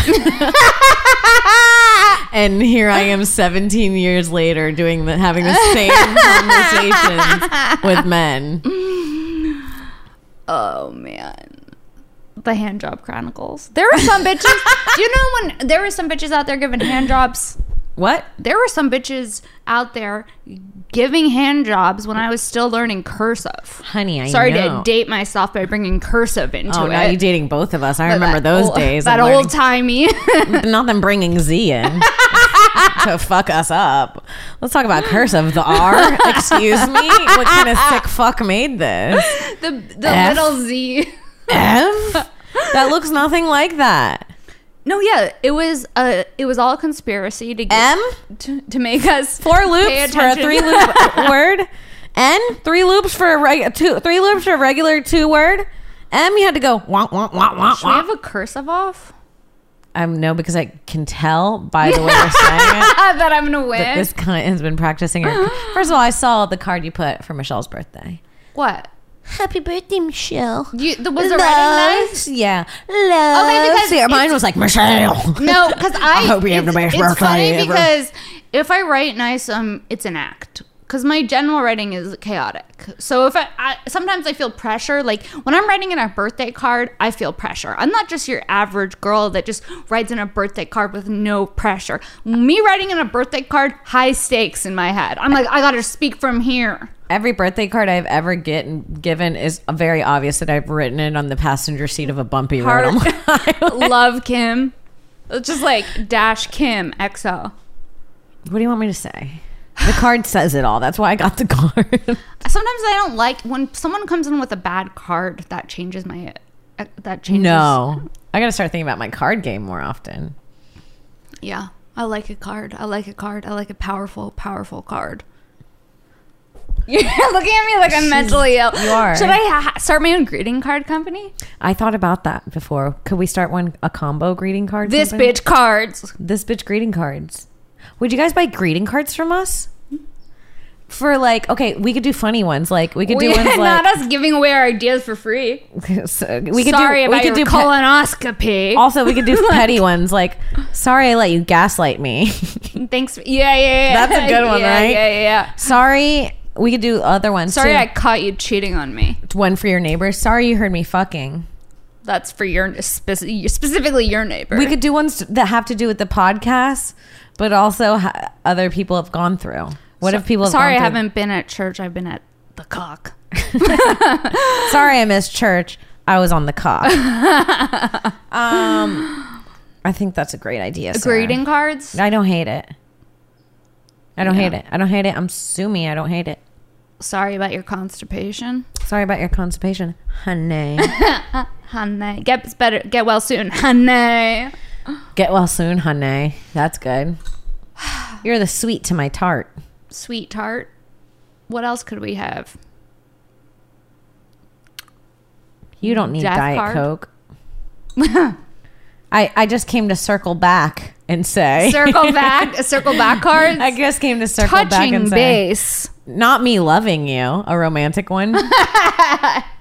Speaker 2: *laughs* and here I am 17 years later doing the having the same
Speaker 3: *laughs*
Speaker 2: conversations with men.
Speaker 3: *laughs* oh, man. The hand job chronicles. There were some bitches. do you know when there were some bitches out there giving hand jobs?
Speaker 2: What?
Speaker 3: There were some bitches out there giving hand jobs when I was still learning cursive.
Speaker 2: Honey, I
Speaker 3: Sorry
Speaker 2: know.
Speaker 3: to date myself by bringing cursive into
Speaker 2: Oh,
Speaker 3: it.
Speaker 2: now you're dating both of us. I
Speaker 3: But
Speaker 2: remember
Speaker 3: that
Speaker 2: those
Speaker 3: old-
Speaker 2: days.
Speaker 3: That
Speaker 2: of
Speaker 3: old timey.
Speaker 2: learning- *laughs* not them bringing Z in *laughs* to fuck us up. Let's talk about cursive. The
Speaker 3: *laughs*
Speaker 2: R. Excuse me. What kind of sick fuck made this?
Speaker 3: *laughs* the the
Speaker 2: F.
Speaker 3: little Z.
Speaker 2: F. That looks nothing like that.
Speaker 3: No, yeah, it was a it was all a conspiracy to get,
Speaker 2: M.
Speaker 3: to, to make us
Speaker 2: four
Speaker 3: pay
Speaker 2: loops for a
Speaker 3: attention. *laughs*
Speaker 2: three *laughs* loop word n three loops for a reg- two three loops for a regular two word M, you had to go wonk wonk wonk wonk
Speaker 3: Should we
Speaker 2: wonk.
Speaker 3: have a cursive off?
Speaker 2: Um, no, because I can tell by the way you're saying *laughs* it.
Speaker 3: Ah, that I'm gonna win.
Speaker 2: This client has been practicing. Her. First of all, I saw the card you put for Michelle's birthday.
Speaker 3: what?
Speaker 2: Happy birthday, Michelle.
Speaker 3: You, the, was it writing that?
Speaker 2: Yeah. Love.
Speaker 3: because
Speaker 2: See, mine was like Michelle.
Speaker 3: No, because I,
Speaker 2: *laughs* I hope you Oh, have the
Speaker 3: it's-
Speaker 2: best
Speaker 3: It's
Speaker 2: birthday
Speaker 3: funny
Speaker 2: ever.
Speaker 3: because if I write nice, um, it's an act. Because my general writing is chaotic. So if I, I sometimes I feel pressure. Like when I'm writing in a birthday card, I feel pressure. I'm not just your average girl that just writes in a birthday card with no pressure. Me writing in a birthday card, high stakes in my head. I'm like, I gotta speak from here.
Speaker 2: Every birthday card I've ever get given is very obvious that I've written it on the passenger seat of a bumpy road. I'm like, *laughs*
Speaker 3: *laughs* Love Kim. It's just like dash Kim XO.
Speaker 2: what do you want me to say? The card says it all. That's why I got the *laughs* card.
Speaker 3: Sometimes I don't like when someone comes in with a bad card that changes my uh, that changes.
Speaker 2: no, I got to start thinking about my card game more often.
Speaker 3: Yeah. I like a card. I like a card. I like a powerful, powerful card. *laughs* You're looking at me like I'm mentally ill.
Speaker 2: you are.
Speaker 3: Should I ha- start my own greeting card company?
Speaker 2: I thought about that before. Could we start one a combo greeting card?
Speaker 3: This
Speaker 2: company?
Speaker 3: bitch *laughs* cards.
Speaker 2: This bitch greeting cards. Would you guys buy greeting cards from us? For like, okay, we could do funny ones. Like we could do
Speaker 3: We-
Speaker 2: ones
Speaker 3: *laughs* not
Speaker 2: like
Speaker 3: us giving away our ideas for free.
Speaker 2: *laughs* so we could
Speaker 3: Sorry
Speaker 2: do
Speaker 3: about
Speaker 2: we could do
Speaker 3: your
Speaker 2: pe-
Speaker 3: colonoscopy.
Speaker 2: also we could
Speaker 3: *laughs*
Speaker 2: do petty ones like sorry I let you gaslight me. *laughs*
Speaker 3: Thanks. For- yeah, yeah, yeah.
Speaker 2: That's a
Speaker 3: *laughs*
Speaker 2: good one,
Speaker 3: Yeah,
Speaker 2: right?
Speaker 3: Yeah, yeah, yeah.
Speaker 2: sorry, we could do other ones.
Speaker 3: Sorry,
Speaker 2: too.
Speaker 3: I caught you cheating on me.
Speaker 2: one for your neighbor. Sorry you heard me fucking.
Speaker 3: That's for your speci- specifically your neighbor.
Speaker 2: We could do ones that have to do with the podcast, but also ha- other people have gone through. What if people? Have gone
Speaker 3: Sorry, I
Speaker 2: through-
Speaker 3: haven't been at church. I've been at the cock.
Speaker 2: Sorry, I missed church. I was on the
Speaker 3: *laughs*
Speaker 2: cock. um, I think that's a great idea. Sarah.
Speaker 3: Greeting cards.
Speaker 2: I don't hate it. I don't hate it. I don't hate it. I'm sumi. I don't hate it.
Speaker 3: Sorry about your constipation.
Speaker 2: Sorry about your constipation,
Speaker 3: *laughs*
Speaker 2: honey.
Speaker 3: Honey, get better. Get well soon. *laughs* Honey.
Speaker 2: Get well soon, honey. That's good. You're the sweet to my tart.
Speaker 3: Sweet tart. What else could we *laughs* have?
Speaker 2: You don't need
Speaker 3: Death
Speaker 2: diet
Speaker 3: card?
Speaker 2: coke. *laughs* I I just came to circle back and say.
Speaker 3: Circle back. circle back cards.
Speaker 2: *laughs* I just came to circle back
Speaker 3: Touching
Speaker 2: and say.
Speaker 3: base.
Speaker 2: Not me loving you, a romantic
Speaker 3: *laughs*
Speaker 2: one.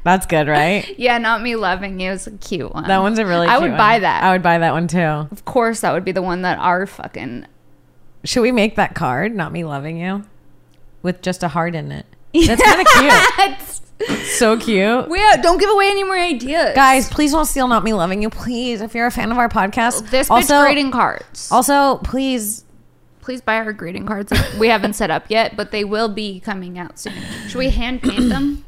Speaker 2: That's good, right?
Speaker 3: Yeah, not me loving you. It's a cute one.
Speaker 2: That one's a really.
Speaker 3: I
Speaker 2: cute
Speaker 3: would
Speaker 2: one.
Speaker 3: buy that.
Speaker 2: I would buy that one too.
Speaker 3: of course, that would be the one that our *laughs* fucking.
Speaker 2: Should we make that card? Not me loving you, with just a heart in it. That's
Speaker 3: *laughs*
Speaker 2: kind of cute. So cute.
Speaker 3: we out. Don't give away any more ideas.
Speaker 2: Guys, please don't steal "Not Me Loving You." Please, if you're a fan of our podcast,
Speaker 3: this bitch
Speaker 2: also,
Speaker 3: greeting cards.
Speaker 2: Also, please,
Speaker 3: Please buy our greeting cards. that We haven't set up yet, but they will be coming out soon. Should we hand paint them?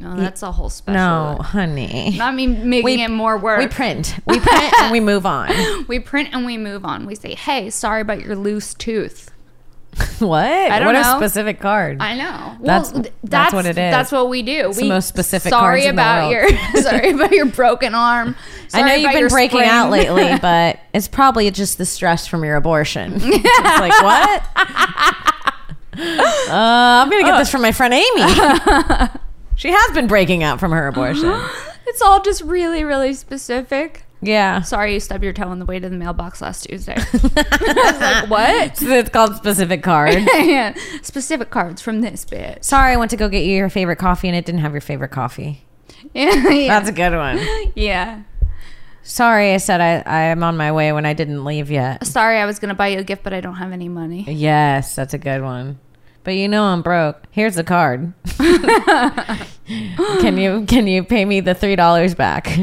Speaker 3: No, that's a whole special.
Speaker 2: no, honey.
Speaker 3: Not me making
Speaker 2: We-
Speaker 3: it more work.
Speaker 2: We print, we print, and we move on.
Speaker 3: We print and we move on. We say, hey, sorry about your loose tooth.
Speaker 2: *laughs* What? I
Speaker 3: don't
Speaker 2: what
Speaker 3: know.
Speaker 2: a specific card.
Speaker 3: I know.
Speaker 2: That's-
Speaker 3: th-
Speaker 2: that's what it is.
Speaker 3: That's what we do.
Speaker 2: the
Speaker 3: we,
Speaker 2: most specific
Speaker 3: Sorry
Speaker 2: cards in the
Speaker 3: about
Speaker 2: world.
Speaker 3: your *laughs* sorry about your broken arm.
Speaker 2: *laughs* I know
Speaker 3: Sorry
Speaker 2: you've
Speaker 3: about
Speaker 2: been
Speaker 3: your
Speaker 2: breaking
Speaker 3: sprain.
Speaker 2: out *laughs* lately, but it's probably just the stress from your *laughs* abortion. it's like *laughs* what? Uh, I'm gonna get this from my friend *laughs* Amy. she has been breaking out from her *gasps* abortion.
Speaker 3: *laughs* It's all just really, really specific.
Speaker 2: Yeah,
Speaker 3: Sorry you stubbed your toe on the way to the mailbox last Tuesday. *laughs* I was like, what?
Speaker 2: So it's called specific *laughs* card.
Speaker 3: Yeah. *laughs* specific cards from this bitch. *laughs*
Speaker 2: Sorry, I went to go get you your favorite coffee and it didn't have your favorite coffee.
Speaker 3: Yeah, yeah,
Speaker 2: That's a good one.
Speaker 3: *laughs*
Speaker 2: *laughs*
Speaker 3: yeah.
Speaker 2: Sorry, I said I, I am on my way when I didn't leave yet.
Speaker 3: Sorry, I was gonna buy you a gift, but I don't have any money.
Speaker 2: Yes, that's a good one. But you know I'm broke. Here's the
Speaker 3: *laughs*
Speaker 2: card. can you can you pay me the three dollars back?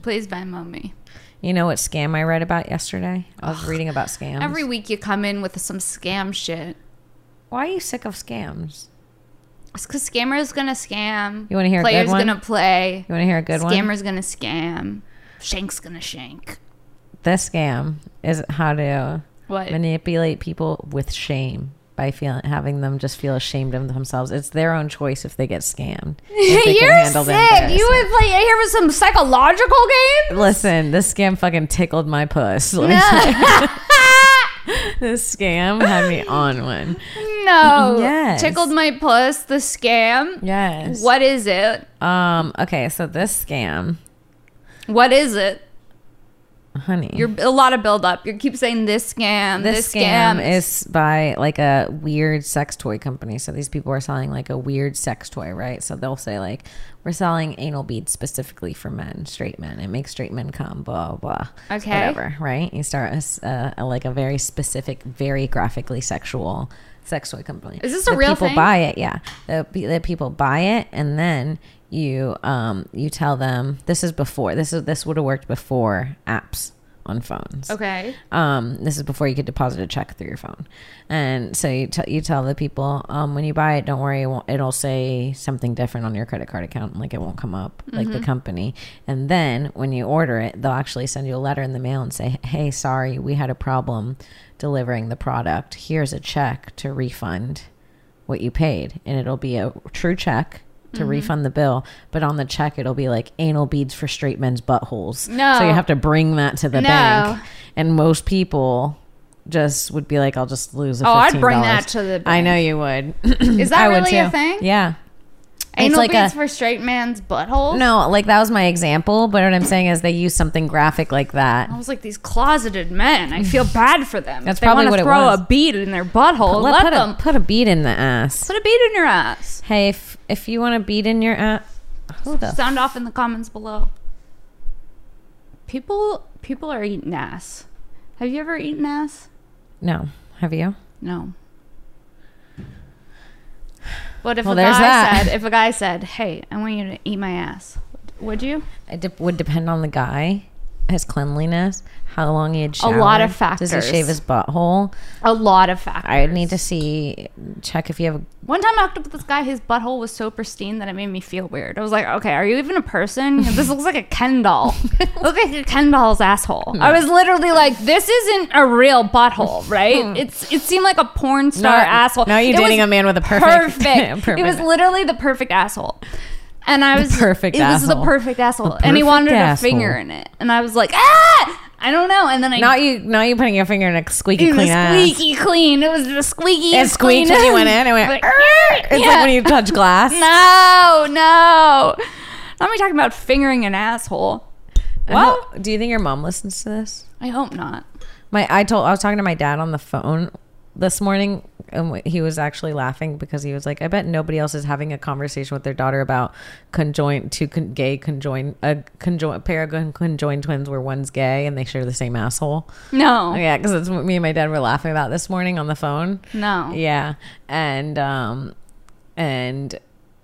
Speaker 3: Please buy mommy.
Speaker 2: You know what scam I read about yesterday? I was reading about scams.
Speaker 3: Every week you come in with some scam shit.
Speaker 2: Why are you sick of scams?
Speaker 3: It's because scammer's gonna scam.
Speaker 2: You wanna hear a good
Speaker 3: Player's
Speaker 2: one?
Speaker 3: gonna play.
Speaker 2: You want to hear a good one?
Speaker 3: Scammer's gonna scam. Shank's gonna shank.
Speaker 2: This scam is how to
Speaker 3: What?
Speaker 2: manipulate people with shame by feeling having them just feel ashamed of themselves. It's their own choice if they get scammed. if
Speaker 3: *laughs*
Speaker 2: they can
Speaker 3: You're
Speaker 2: handle the
Speaker 3: sick. You
Speaker 2: embarrassment.
Speaker 3: would play here with some *laughs* psychological game.
Speaker 2: listen. This scam fucking tickled my puss. Like, *laughs* this scam had me on one.
Speaker 3: No.
Speaker 2: Yes.
Speaker 3: Tickled my puss, the scam.
Speaker 2: Yes.
Speaker 3: What is it?
Speaker 2: Um. Okay. So this scam,
Speaker 3: What is it?
Speaker 2: honey.
Speaker 3: You're a lot of build up. You keep saying this scam,
Speaker 2: this,
Speaker 3: this,
Speaker 2: scam, is by like a weird sex toy company. So these people are selling like a weird sex toy, right? So they'll say like, "We're selling anal beads specifically for men, straight men. It makes straight men come." Blah blah. blah.
Speaker 3: Okay.
Speaker 2: Whatever. Right? You start as uh, a, like a very specific, very graphically sexual sex toy company.
Speaker 3: Is this a
Speaker 2: The
Speaker 3: real
Speaker 2: people
Speaker 3: thing?
Speaker 2: buy it? Yeah. The, pe- the people buy it, and then you um you tell them this is before this is this would have worked before apps on phones.
Speaker 3: Okay.
Speaker 2: Um, this is before you could deposit a check through your phone, and so you t- you tell the people um, when you buy it, don't worry, it won't, it'll say something different on your credit card account, like it won't come up, like the company. And then when you order it, they'll actually send you a letter in the mail and say, "Hey, sorry, we had a problem delivering the product. Here's a check to refund what you paid, and it'll be a true check." To refund the bill, but on the check it'll be like anal beads for straight men's buttholes. so
Speaker 3: No.
Speaker 2: you have to bring that to the
Speaker 3: No.
Speaker 2: bank. And most people just would be like, I'll just lose. The
Speaker 3: Oh, I'd
Speaker 2: $15."
Speaker 3: bring that to the
Speaker 2: I know you would.
Speaker 3: Is
Speaker 2: *clears throat*
Speaker 3: that
Speaker 2: I would
Speaker 3: really a
Speaker 2: too.
Speaker 3: thing?
Speaker 2: Yeah.
Speaker 3: Anal
Speaker 2: like
Speaker 3: beads
Speaker 2: a-
Speaker 3: for straight man's butthole?
Speaker 2: No, like that was my example, but what I'm saying is they use something graphic like that.
Speaker 3: I was like these closeted men.
Speaker 2: *laughs*
Speaker 3: I feel bad for them.
Speaker 2: That's
Speaker 3: if they
Speaker 2: probably
Speaker 3: wanna
Speaker 2: what it
Speaker 3: throw
Speaker 2: was.
Speaker 3: a bead in their butthole.
Speaker 2: Let-
Speaker 3: let
Speaker 2: put,
Speaker 3: them
Speaker 2: A, put a bead in the ass.
Speaker 3: put a bead in your ass.
Speaker 2: Hey, if, if you want a bead in your ass, who the
Speaker 3: Sound off in the comments below. People people are eating ass. Have you ever eaten ass?
Speaker 2: no? Have you?
Speaker 3: No. What if
Speaker 2: Well,
Speaker 3: a
Speaker 2: there's
Speaker 3: guy
Speaker 2: that.
Speaker 3: said if a guy said, "Hey, I want you to eat my ass." Would you?
Speaker 2: It de- would depend on the guy, his cleanliness, how long he had
Speaker 3: A
Speaker 2: showered.
Speaker 3: lot of
Speaker 2: Does
Speaker 3: factors.
Speaker 2: he shave his butthole?
Speaker 3: A lot of factors.
Speaker 2: I would need to see check if you have.
Speaker 3: One time I hooked up with this guy, his butthole was so pristine that it made me feel weird. I was like, okay, are you even a person? *laughs* This looks like a Ken *laughs* doll. Look like a Ken doll's asshole.
Speaker 2: Hmm.
Speaker 3: I was literally like, this isn't a
Speaker 2: *laughs*
Speaker 3: real butthole, right? It's it seemed like a porn star
Speaker 2: No,
Speaker 3: asshole.
Speaker 2: no, you're
Speaker 3: It
Speaker 2: dating
Speaker 3: was
Speaker 2: a man with a perfect-
Speaker 3: perfect. It was
Speaker 2: *laughs* perfect-
Speaker 3: literally the perfect asshole. And I was
Speaker 2: perfect
Speaker 3: It was the
Speaker 2: asshole.
Speaker 3: perfect asshole,
Speaker 2: The
Speaker 3: and he
Speaker 2: perfect
Speaker 3: wanted
Speaker 2: asshole.
Speaker 3: a finger in it, and I was like, ah, I don't know. And then I
Speaker 2: a Not you. Not you putting your finger in a squeaky
Speaker 3: it was
Speaker 2: clean ass.
Speaker 3: squeaky clean. It was the squeaky.
Speaker 2: It squeaked when you
Speaker 3: *laughs*
Speaker 2: went in. It went. It's like when you touch glass.
Speaker 3: No, no. Not me talking about fingering an asshole.
Speaker 2: And how-
Speaker 3: What?
Speaker 2: do you think your mom listens to this?
Speaker 3: I hope not.
Speaker 2: My I told I was talking to my dad on the phone this morning, and wh- he was actually laughing because he was like, "I bet nobody else is having a conversation with their daughter about conjoined two con- gay conjoined a conjoined pair of con- conjoined twins where one's gay and they share the same asshole."
Speaker 3: No.
Speaker 2: Yeah, because it's what me and my dad were laughing about this morning on the phone.
Speaker 3: No.
Speaker 2: Yeah, and um, and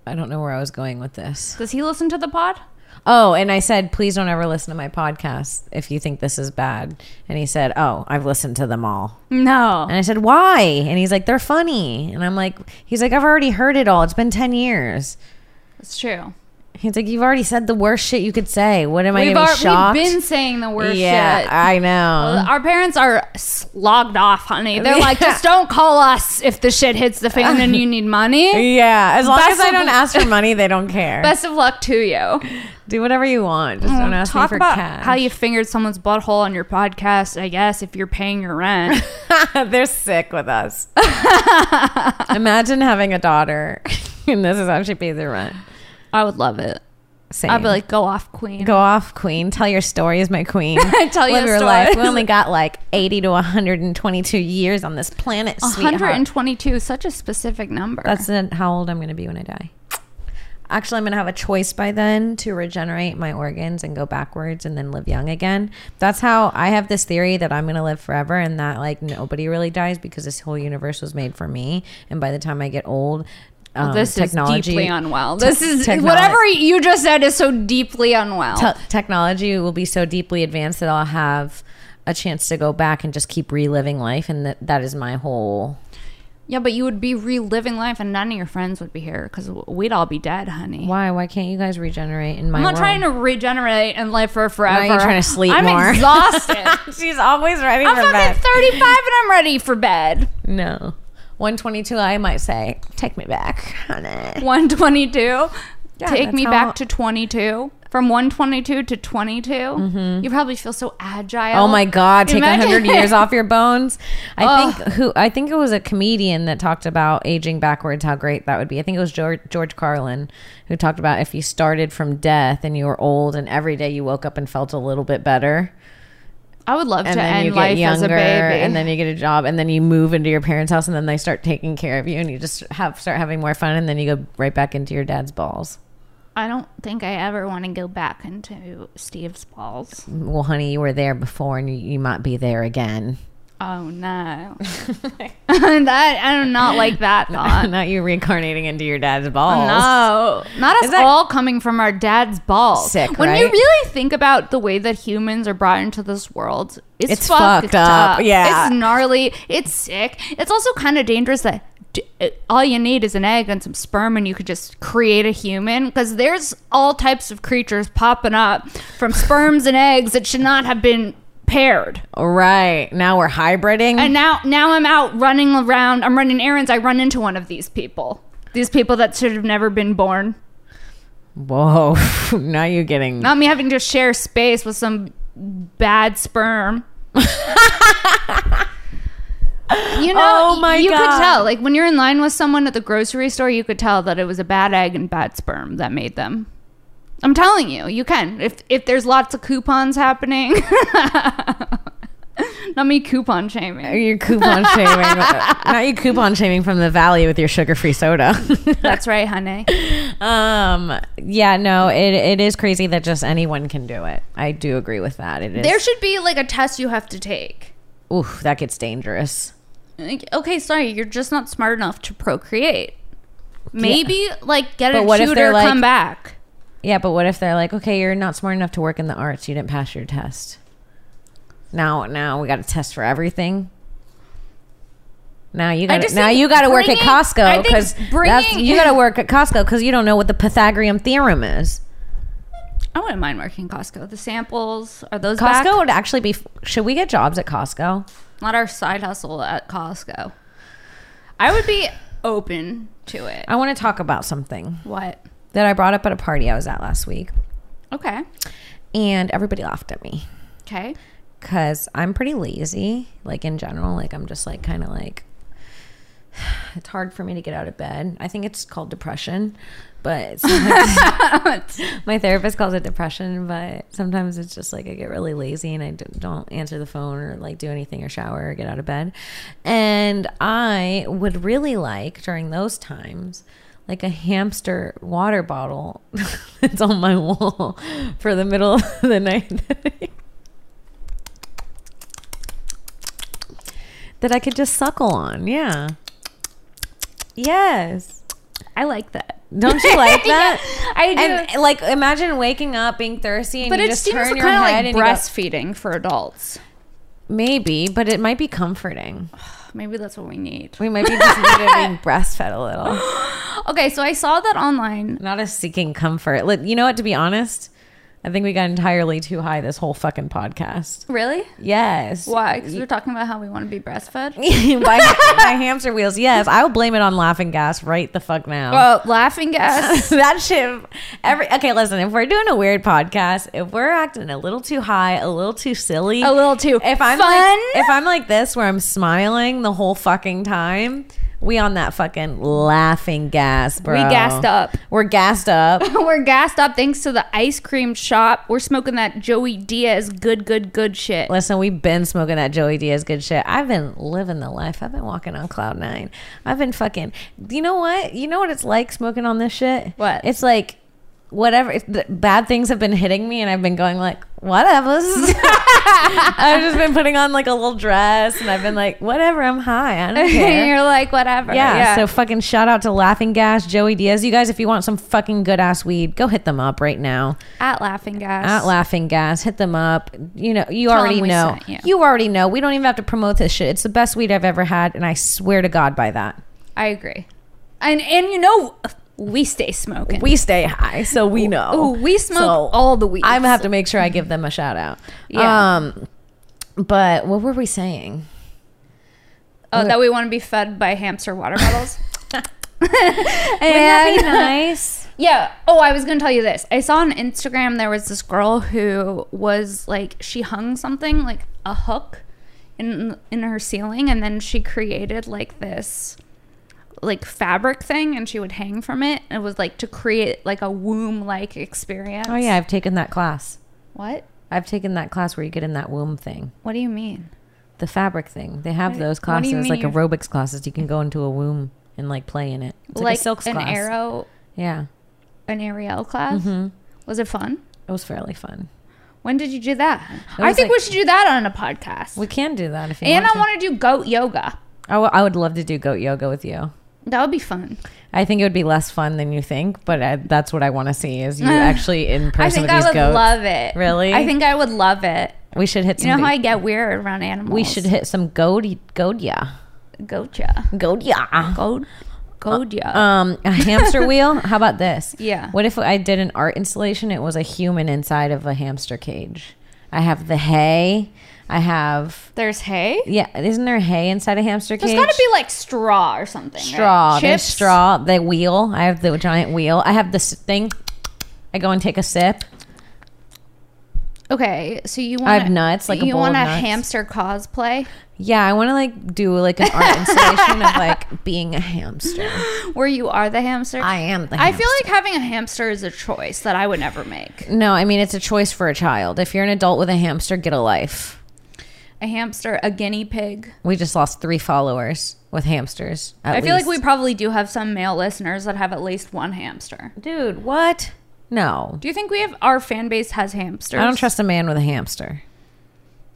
Speaker 2: I don't know where I was going with this.
Speaker 3: Does he listen to the pod?
Speaker 2: Oh, and I said, please don't ever listen to my podcast if you think this is bad. And he said, oh, I've listened to them all.
Speaker 3: No.
Speaker 2: And I said, why? And he's like, they're funny. And I'm like, he's like, I've already heard it all. It's been ten years.
Speaker 3: It's true.
Speaker 2: He's like, you've already said the worst shit you could say. What am I
Speaker 3: We've,
Speaker 2: gonna
Speaker 3: al-
Speaker 2: be shocked?
Speaker 3: we've been saying the worst
Speaker 2: yeah,
Speaker 3: shit.
Speaker 2: I know.
Speaker 3: Our parents are slogged off, honey. They're like,
Speaker 2: Oh, Yeah.
Speaker 3: just don't call us if the shit hits the fan and you need money.
Speaker 2: *laughs* yeah, as long
Speaker 3: Best
Speaker 2: as I
Speaker 3: of-
Speaker 2: don't ask for money, they don't care.
Speaker 3: Best of luck to you.
Speaker 2: Do whatever you want. Just don't ask me
Speaker 3: Talk
Speaker 2: for
Speaker 3: about
Speaker 2: cash.
Speaker 3: how you fingered someone's butthole on your podcast, I guess, if you're paying your rent.
Speaker 2: *laughs* *laughs* They're sick with
Speaker 3: *laughs*
Speaker 2: us. Imagine having a daughter, *laughs* and this is how she pays her rent.
Speaker 3: I would love it.
Speaker 2: Same.
Speaker 3: I'd be like, go off, queen.
Speaker 2: go off, queen. Tell your stories, my queen.
Speaker 3: *laughs* Tell your
Speaker 2: Live your life. We
Speaker 3: stories.
Speaker 2: only got like eighty to one hundred and twenty-two years on this planet, sweetheart.
Speaker 3: 122, such a specific number.
Speaker 2: That's in- how old I'm going to be when I die. Actually, I'm going to have a choice by then to regenerate my organs and go backwards and then live young again. That's how I have this theory that I'm going to live forever and that like nobody really dies because this whole universe was made for me. And by the time I get old, um,
Speaker 3: this
Speaker 2: technology,
Speaker 3: is deeply unwell. This is
Speaker 2: technolo-
Speaker 3: whatever you just said is so deeply unwell.
Speaker 2: te- technology will be so deeply advanced that I'll have a chance to go back and just keep reliving life. And that, that is my whole.
Speaker 3: yeah, but you would be reliving life, and none of your friends would be here because we'd all be dead, honey.
Speaker 2: Why? Why can't you guys regenerate in my
Speaker 3: I'm not
Speaker 2: world?
Speaker 3: trying to regenerate and live for forever.
Speaker 2: are you trying to sleep
Speaker 3: I'm
Speaker 2: more?
Speaker 3: exhausted.
Speaker 2: *laughs*
Speaker 3: *laughs*
Speaker 2: She's always ready
Speaker 3: I'm
Speaker 2: for
Speaker 3: fucking
Speaker 2: bed.
Speaker 3: 35 and I'm ready for bed.
Speaker 2: No. 122, I might say, take me back, honey.
Speaker 3: 122.
Speaker 2: Yeah,
Speaker 3: Take
Speaker 2: that's
Speaker 3: me
Speaker 2: how-
Speaker 3: back to 22. from 122 to 22, you probably feel so agile.
Speaker 2: Mm-hmm. Oh my God! Take a
Speaker 3: Imagine- Oh.
Speaker 2: hundred years off your
Speaker 3: *laughs*
Speaker 2: bones. I
Speaker 3: Ugh.
Speaker 2: think who I think it was a comedian that talked about aging backwards. How great that would be. I think it was George, George Carlin who talked about if you started from death and you were old and every day you woke up and felt a little bit better,
Speaker 3: I would love
Speaker 2: and
Speaker 3: to
Speaker 2: then you get
Speaker 3: end life as a
Speaker 2: younger,
Speaker 3: baby.
Speaker 2: and then you get a job, and then you move into your parents' house, and then they start taking care of you, and you just have start having more fun, and then you go right back into your dad's balls.
Speaker 3: I don't think I ever want to go back into Steve's balls.
Speaker 2: Well, honey, you were there before, and you, you might be there again. *laughs*
Speaker 3: Oh no, *laughs* that I do not like that
Speaker 2: *laughs*
Speaker 3: thought.
Speaker 2: Not you reincarnating into your dad's balls.
Speaker 3: No, not us
Speaker 2: Is that-
Speaker 3: all coming from our dad's balls.
Speaker 2: Sick,
Speaker 3: when you
Speaker 2: right?
Speaker 3: really think about the way that humans are brought into this world, it's,
Speaker 2: It's
Speaker 3: fucked,
Speaker 2: fucked up, yeah.
Speaker 3: it's gnarly. It's sick. It's also kind of dangerous that d- uh, all you need is an egg and some sperm, and you could just create a human. Because there's all types of creatures popping up from sperms and eggs that should not have been paired.
Speaker 2: Oh. Right. Now we're hybriding.
Speaker 3: And now now I'm out running around. I'm running errands. I run into one of these people. These people that should have never been born.
Speaker 2: Whoa. *laughs* now you're getting. *laughs*
Speaker 3: Not me having to share space with some bad sperm. you know,
Speaker 2: Oh my
Speaker 3: you
Speaker 2: God.
Speaker 3: could tell. Like when you're in line with someone at the grocery store, you could tell that it was a bad egg and bad sperm that made them. I'm telling you, you can. If if there's lots of coupons happening. *laughs* Not me coupon shaming.
Speaker 2: You're coupon shaming. now you coupon shaming from the valley with your sugar free soda.
Speaker 3: That's right,
Speaker 2: *laughs*
Speaker 3: honey.
Speaker 2: um. Yeah. No. It it is crazy that just anyone can do it. I do agree with that. It is.
Speaker 3: There should be like a test you have to take.
Speaker 2: oof. That gets dangerous.
Speaker 3: Like, okay, sorry, you're just not smart enough to procreate. Maybe like get
Speaker 2: But
Speaker 3: a
Speaker 2: what if
Speaker 3: tutor,
Speaker 2: they're, like-
Speaker 3: come back.
Speaker 2: Yeah. But what if they're like, okay, you're not smart enough to work in the arts. You didn't pass your test. Now, now we got to test for everything. Now you got
Speaker 3: just
Speaker 2: now
Speaker 3: think
Speaker 2: you got to work at
Speaker 3: bringing- I
Speaker 2: Costco
Speaker 3: think
Speaker 2: because
Speaker 3: bringing-
Speaker 2: you got to work at Costco because you don't know what the Pythagorean theorem is.
Speaker 3: I wouldn't mind working Costco. The samples are those
Speaker 2: Costco
Speaker 3: Costco, back?
Speaker 2: would actually be. Should we get jobs at Costco?
Speaker 3: not our side hustle at Costco. I would be open to it.
Speaker 2: I want to talk about something
Speaker 3: What?
Speaker 2: that I brought up at a party I was at last week,
Speaker 3: Okay,
Speaker 2: and everybody laughed at me
Speaker 3: okay.
Speaker 2: because I'm pretty lazy, like in general. Like I'm just like kind of like *sighs* it's hard for me to get out of bed. I think it's called depression, but sometimes- *laughs* my therapist calls it depression. But sometimes it's just like I get really lazy and I d- don't answer the phone or like do anything or shower or get out of bed. And I would really like during those times. Like a hamster water bottle *laughs* that's on my *laughs* wall for the middle of the night. *laughs* that I could just suckle on. Yeah. Yes.
Speaker 3: I like that.
Speaker 2: Don't you
Speaker 3: *laughs*
Speaker 2: like that?
Speaker 3: I do.
Speaker 2: And like, imagine waking up being thirsty and
Speaker 3: but
Speaker 2: you
Speaker 3: it
Speaker 2: just
Speaker 3: seems
Speaker 2: turn
Speaker 3: kind
Speaker 2: your
Speaker 3: of
Speaker 2: head
Speaker 3: like
Speaker 2: and you go,
Speaker 3: breastfeeding for adults.
Speaker 2: maybe, but it might be comforting.
Speaker 3: Maybe that's what we need.
Speaker 2: We might be just needed
Speaker 3: *laughs*
Speaker 2: being breastfed a little,
Speaker 3: Okay, so I saw that online.
Speaker 2: not as seeking comfort. Look, You know what? To be honest, I think we got entirely too high this whole fucking podcast.
Speaker 3: Really?
Speaker 2: Yes.
Speaker 3: Why? Because we're talking about how we want to be breastfed.
Speaker 2: *laughs* by, by hamster wheels. Yes, I will blame it on laughing gas right the fuck now.
Speaker 3: Oh, laughing *laughs* gas.
Speaker 2: *laughs* that shit every okay listen if we're doing a weird podcast if we're acting a little too high a little too silly
Speaker 3: A little too
Speaker 2: if i'm
Speaker 3: fun.
Speaker 2: like if i'm like this where i'm smiling the whole fucking time we on that fucking laughing gas bro
Speaker 3: gassed up.
Speaker 2: we're gassed up
Speaker 3: *laughs* We're gassed up thanks to the ice cream shop. We're smoking that Joey Diaz good, good, good shit. *laughs*
Speaker 2: Listen, we've been smoking that Joey Diaz good shit. I've been living the life. I've been walking on cloud nine. I've been fucking. You know what? You know what it's like smoking on this shit.
Speaker 3: What?
Speaker 2: It's like whatever. It's, the bad things have been hitting me, and I've been going like whatever. *laughs* I've just been putting on like a little dress, and I've been like whatever. I'm high. I
Speaker 3: *laughs*
Speaker 2: don't
Speaker 3: and
Speaker 2: care.
Speaker 3: you're like, whatever.
Speaker 2: Yeah, so fucking shout out to Laughing Gas, Joey Diaz. You guys, if you want some fucking good ass weed, go hit them up right now
Speaker 3: at laughing gas.
Speaker 2: at laughing gas hit them up you know you
Speaker 3: Tell 'em
Speaker 2: already
Speaker 3: we
Speaker 2: know
Speaker 3: sent you.
Speaker 2: you already know we don't even have to promote this shit it's the best weed i've ever had and i swear to god by that
Speaker 3: I agree. And and you know we stay smoking.
Speaker 2: we stay high so we know
Speaker 3: Ooh, we smoke all the weeds.
Speaker 2: i'm gonna have to make sure i give them a shout out
Speaker 3: Yeah.
Speaker 2: um but what were we saying *laughs*
Speaker 3: oh, that we want to be fed by hamster water bottles.
Speaker 2: wouldn't that be nice
Speaker 3: Yeah. Oh, I was going to tell you this. I saw on Instagram there was this girl who was like she hung something like a hook in in her ceiling and then she created like this like fabric thing and she would hang from it. It was like to create like a womb like experience.
Speaker 2: Oh yeah, I've taken that class.
Speaker 3: What?
Speaker 2: I've taken that class where you get in that womb thing,
Speaker 3: What do you mean?
Speaker 2: the fabric thing. They have those
Speaker 3: what do
Speaker 2: classes,
Speaker 3: you
Speaker 2: like
Speaker 3: mean?
Speaker 2: aerobics classes. You can go into a womb and like play in it. It's like, a silks
Speaker 3: an
Speaker 2: class. Mm-hmm.
Speaker 3: arrow
Speaker 2: Yeah,
Speaker 3: an Ariel class? Was it fun?
Speaker 2: it was fairly fun.
Speaker 3: When did you do that? I
Speaker 2: was
Speaker 3: think we
Speaker 2: like-
Speaker 3: should do that on a podcast.
Speaker 2: We can do that if you
Speaker 3: and
Speaker 2: want
Speaker 3: I want to do goat yoga.
Speaker 2: to. I, w- I would love to do goat yoga with you.
Speaker 3: That would be fun.
Speaker 2: I think it would be less fun than you think, but I, that's what I want to see
Speaker 3: *laughs*
Speaker 2: is you actually in person
Speaker 3: I think
Speaker 2: with
Speaker 3: I
Speaker 2: these
Speaker 3: would
Speaker 2: goats.
Speaker 3: love it.
Speaker 2: Really?
Speaker 3: I think I would love it.
Speaker 2: we should hit
Speaker 3: You
Speaker 2: some.
Speaker 3: know how I get weird around animals?
Speaker 2: we should hit some goat goatya
Speaker 3: Goatya.
Speaker 2: goatya.
Speaker 3: Goat. Goatya.
Speaker 2: Um, a
Speaker 3: *laughs*
Speaker 2: hamster wheel. How about this?
Speaker 3: Yeah.
Speaker 2: What if I did an art installation? It was a human inside of a hamster cage. I have the hay. I have
Speaker 3: There's hay?
Speaker 2: yeah. Isn't there hay inside a hamster
Speaker 3: There's
Speaker 2: cage?
Speaker 3: got to be like straw or something. right?
Speaker 2: straw. There's
Speaker 3: Chips?
Speaker 2: straw. The wheel. I have the giant wheel. I have this thing. I go and take a sip.
Speaker 3: Okay, so you want
Speaker 2: I have nuts, like a
Speaker 3: you
Speaker 2: bowl
Speaker 3: want
Speaker 2: of
Speaker 3: a
Speaker 2: nuts.
Speaker 3: hamster cosplay
Speaker 2: Yeah, I want to like do like an art installation
Speaker 3: *laughs*
Speaker 2: of like being a hamster.
Speaker 3: where you are the hamster.
Speaker 2: I am the.
Speaker 3: I
Speaker 2: hamster.
Speaker 3: feel like having a hamster is a choice that I would never make.
Speaker 2: no. I mean, it's a choice for a child. If you're an adult with a hamster, get a life.
Speaker 3: A hamster, a guinea pig.
Speaker 2: We just lost three followers with hamsters.
Speaker 3: I feel like we probably do have some male listeners that have at least one hamster.
Speaker 2: we, dude. What? No,
Speaker 3: Do you think we have our fan base has hamsters?
Speaker 2: I don't trust a man with a hamster.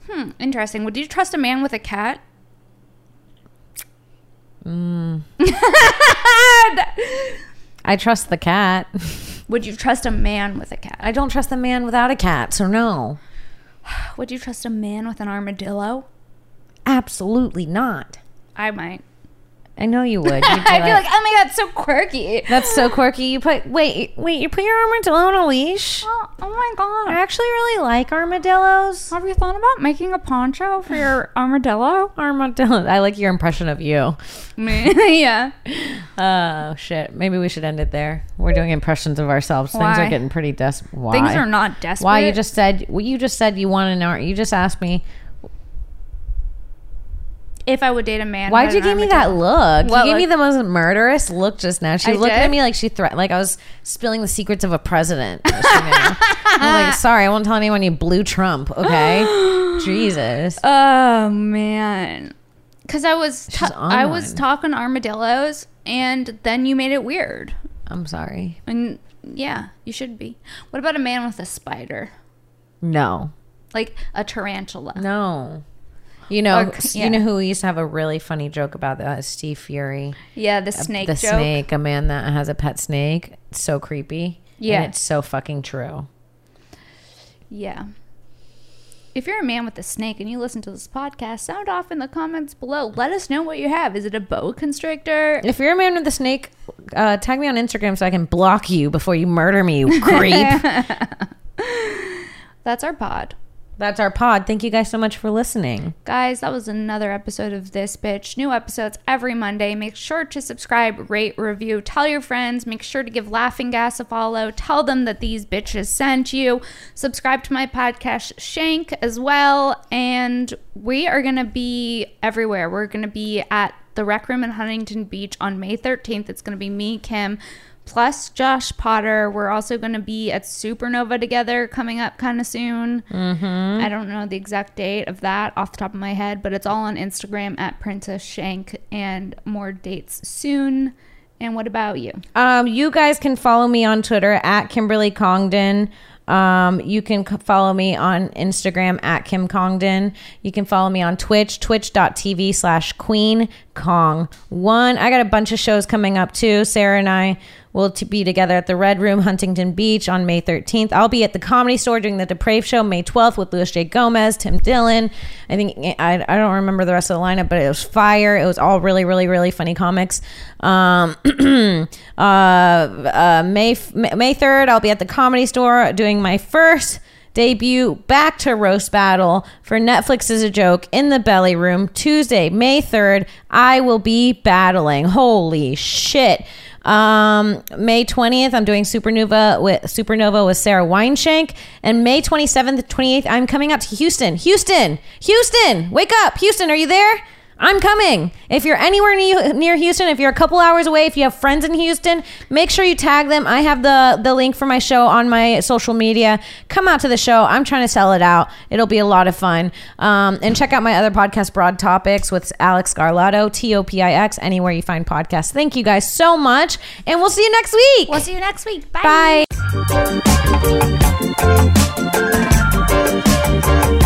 Speaker 3: Hmm, interesting. Would you trust a man with a cat?
Speaker 2: I trust the cat.
Speaker 3: Would you trust a man with a cat?
Speaker 2: I don't trust a man without a cat. So no,
Speaker 3: Would you trust a man with an armadillo?
Speaker 2: absolutely not.
Speaker 3: I might.
Speaker 2: I know you
Speaker 3: *laughs*
Speaker 2: would. You'd be
Speaker 3: I feel like, oh my god, so quirky.
Speaker 2: that's so quirky. You put wait, wait. You put your armadillo on a leash.
Speaker 3: *laughs* oh, oh my
Speaker 2: I
Speaker 3: god.
Speaker 2: actually really like armadillos.
Speaker 3: Have you thought about making a poncho for your
Speaker 2: *laughs*
Speaker 3: armadillo? *laughs*
Speaker 2: Armadillo. I like your impression of you.
Speaker 3: Me, yeah.
Speaker 2: Oh shit! Maybe we should end it there. We're doing impressions of ourselves. Things
Speaker 3: Why?
Speaker 2: are getting pretty desperate. Why?
Speaker 3: Things are not desperate.
Speaker 2: Why you just said? Well, you just said you want an art. You just asked me.
Speaker 3: if I would date a man?
Speaker 2: Why'd
Speaker 3: with
Speaker 2: you
Speaker 3: an
Speaker 2: give me
Speaker 3: armadillo-
Speaker 2: that look?
Speaker 3: What
Speaker 2: you gave me
Speaker 3: look?
Speaker 2: the most murderous look just now. She
Speaker 3: I
Speaker 2: looked
Speaker 3: did?
Speaker 2: at me like she threatened, like I was spilling the secrets of a president. She knew. I'm
Speaker 3: *laughs*
Speaker 2: like, sorry, I won't tell anyone you blew Trump.
Speaker 3: *gasps*
Speaker 2: Okay, Jesus.
Speaker 3: Oh man, because I was ta-
Speaker 2: She's on
Speaker 3: I was
Speaker 2: one.
Speaker 3: talking armadillos, and then you made it weird.
Speaker 2: I'm sorry.
Speaker 3: And yeah, you should be. What about a man with a spider,
Speaker 2: No,
Speaker 3: like a tarantula?
Speaker 2: no. You know,
Speaker 3: Or c-
Speaker 2: you
Speaker 3: yeah.
Speaker 2: know who we used to have a really funny joke about that is Steve Fury.
Speaker 3: Yeah, the snake
Speaker 2: the
Speaker 3: joke.
Speaker 2: snake, a man that has a pet snake. It's so creepy.
Speaker 3: Yeah.
Speaker 2: And it's so fucking true.
Speaker 3: Yeah. If you're a man with a snake and you listen to this podcast, sound off in the comments below. Let us know what you have. Is it a boa constrictor?
Speaker 2: If you're a man with a snake, uh, tag me on Instagram so I can block you before you murder me, you
Speaker 3: *laughs*
Speaker 2: creep.
Speaker 3: That's our pod.
Speaker 2: That's our pod. Thank you guys so much for listening.
Speaker 3: Guys, that was another episode of This Bitch. New episodes every Monday. Make sure to subscribe, rate, review, tell your friends. Make sure to give Laughing Gas a follow. Tell them that these bitches sent you. Subscribe to my podcast, Shank, as well. And we are going to be everywhere. We're going to be at the Rec Room in Huntington Beach on May 13th. It's going to be me, Kim, plus Josh Potter. We're also going to be at Supernova together coming up kind of soon. I don't know the exact date of that off the top of my head, but it's all on Instagram at Princess Shank and more dates soon. And what about you?
Speaker 2: Um, you guys can follow me on Twitter at Kimberly Congdon. Um, you can c- follow me on Instagram at Kim Congdon. You can follow me on Twitch, twitch.tv slash Queen Kong One. I got a bunch of shows coming up too. Sarah and I will t- be together at the Red Room, Huntington Beach on May 13th. I'll be at the Comedy Store doing the Depraved Show May 12th with Louis J. Gomez, Tim Dillon. I think, I, I don't remember the rest of the lineup, but it was fire. It was all really, really, really funny comics. Um, *clears throat* uh, uh, May f- May third, I'll be at the Comedy Store doing my first debut back to roast battle for Netflix is a joke in the belly room Tuesday, May third. I will be battling. Holy shit! Um, May 20th, I'm doing Supernova with Supernova with Sarah Weinshank. And May 27th, 28th, I'm coming out to Houston. Houston, Houston, wake up. Houston, are you there? I'm coming. If you're anywhere near, near Houston, if you're a couple hours away, if you have friends in Houston, make sure you tag them. I have the the link for my show on my social media. Come out to the show. I'm trying to sell it out. It'll be a lot of fun. Um, and check out my other podcast, Broad Topics, with Alex Garlato, T O P I X, anywhere you find podcasts. Thank you guys so much, and we'll see you next week.
Speaker 3: We'll see you next week.
Speaker 2: Bye.
Speaker 3: Bye.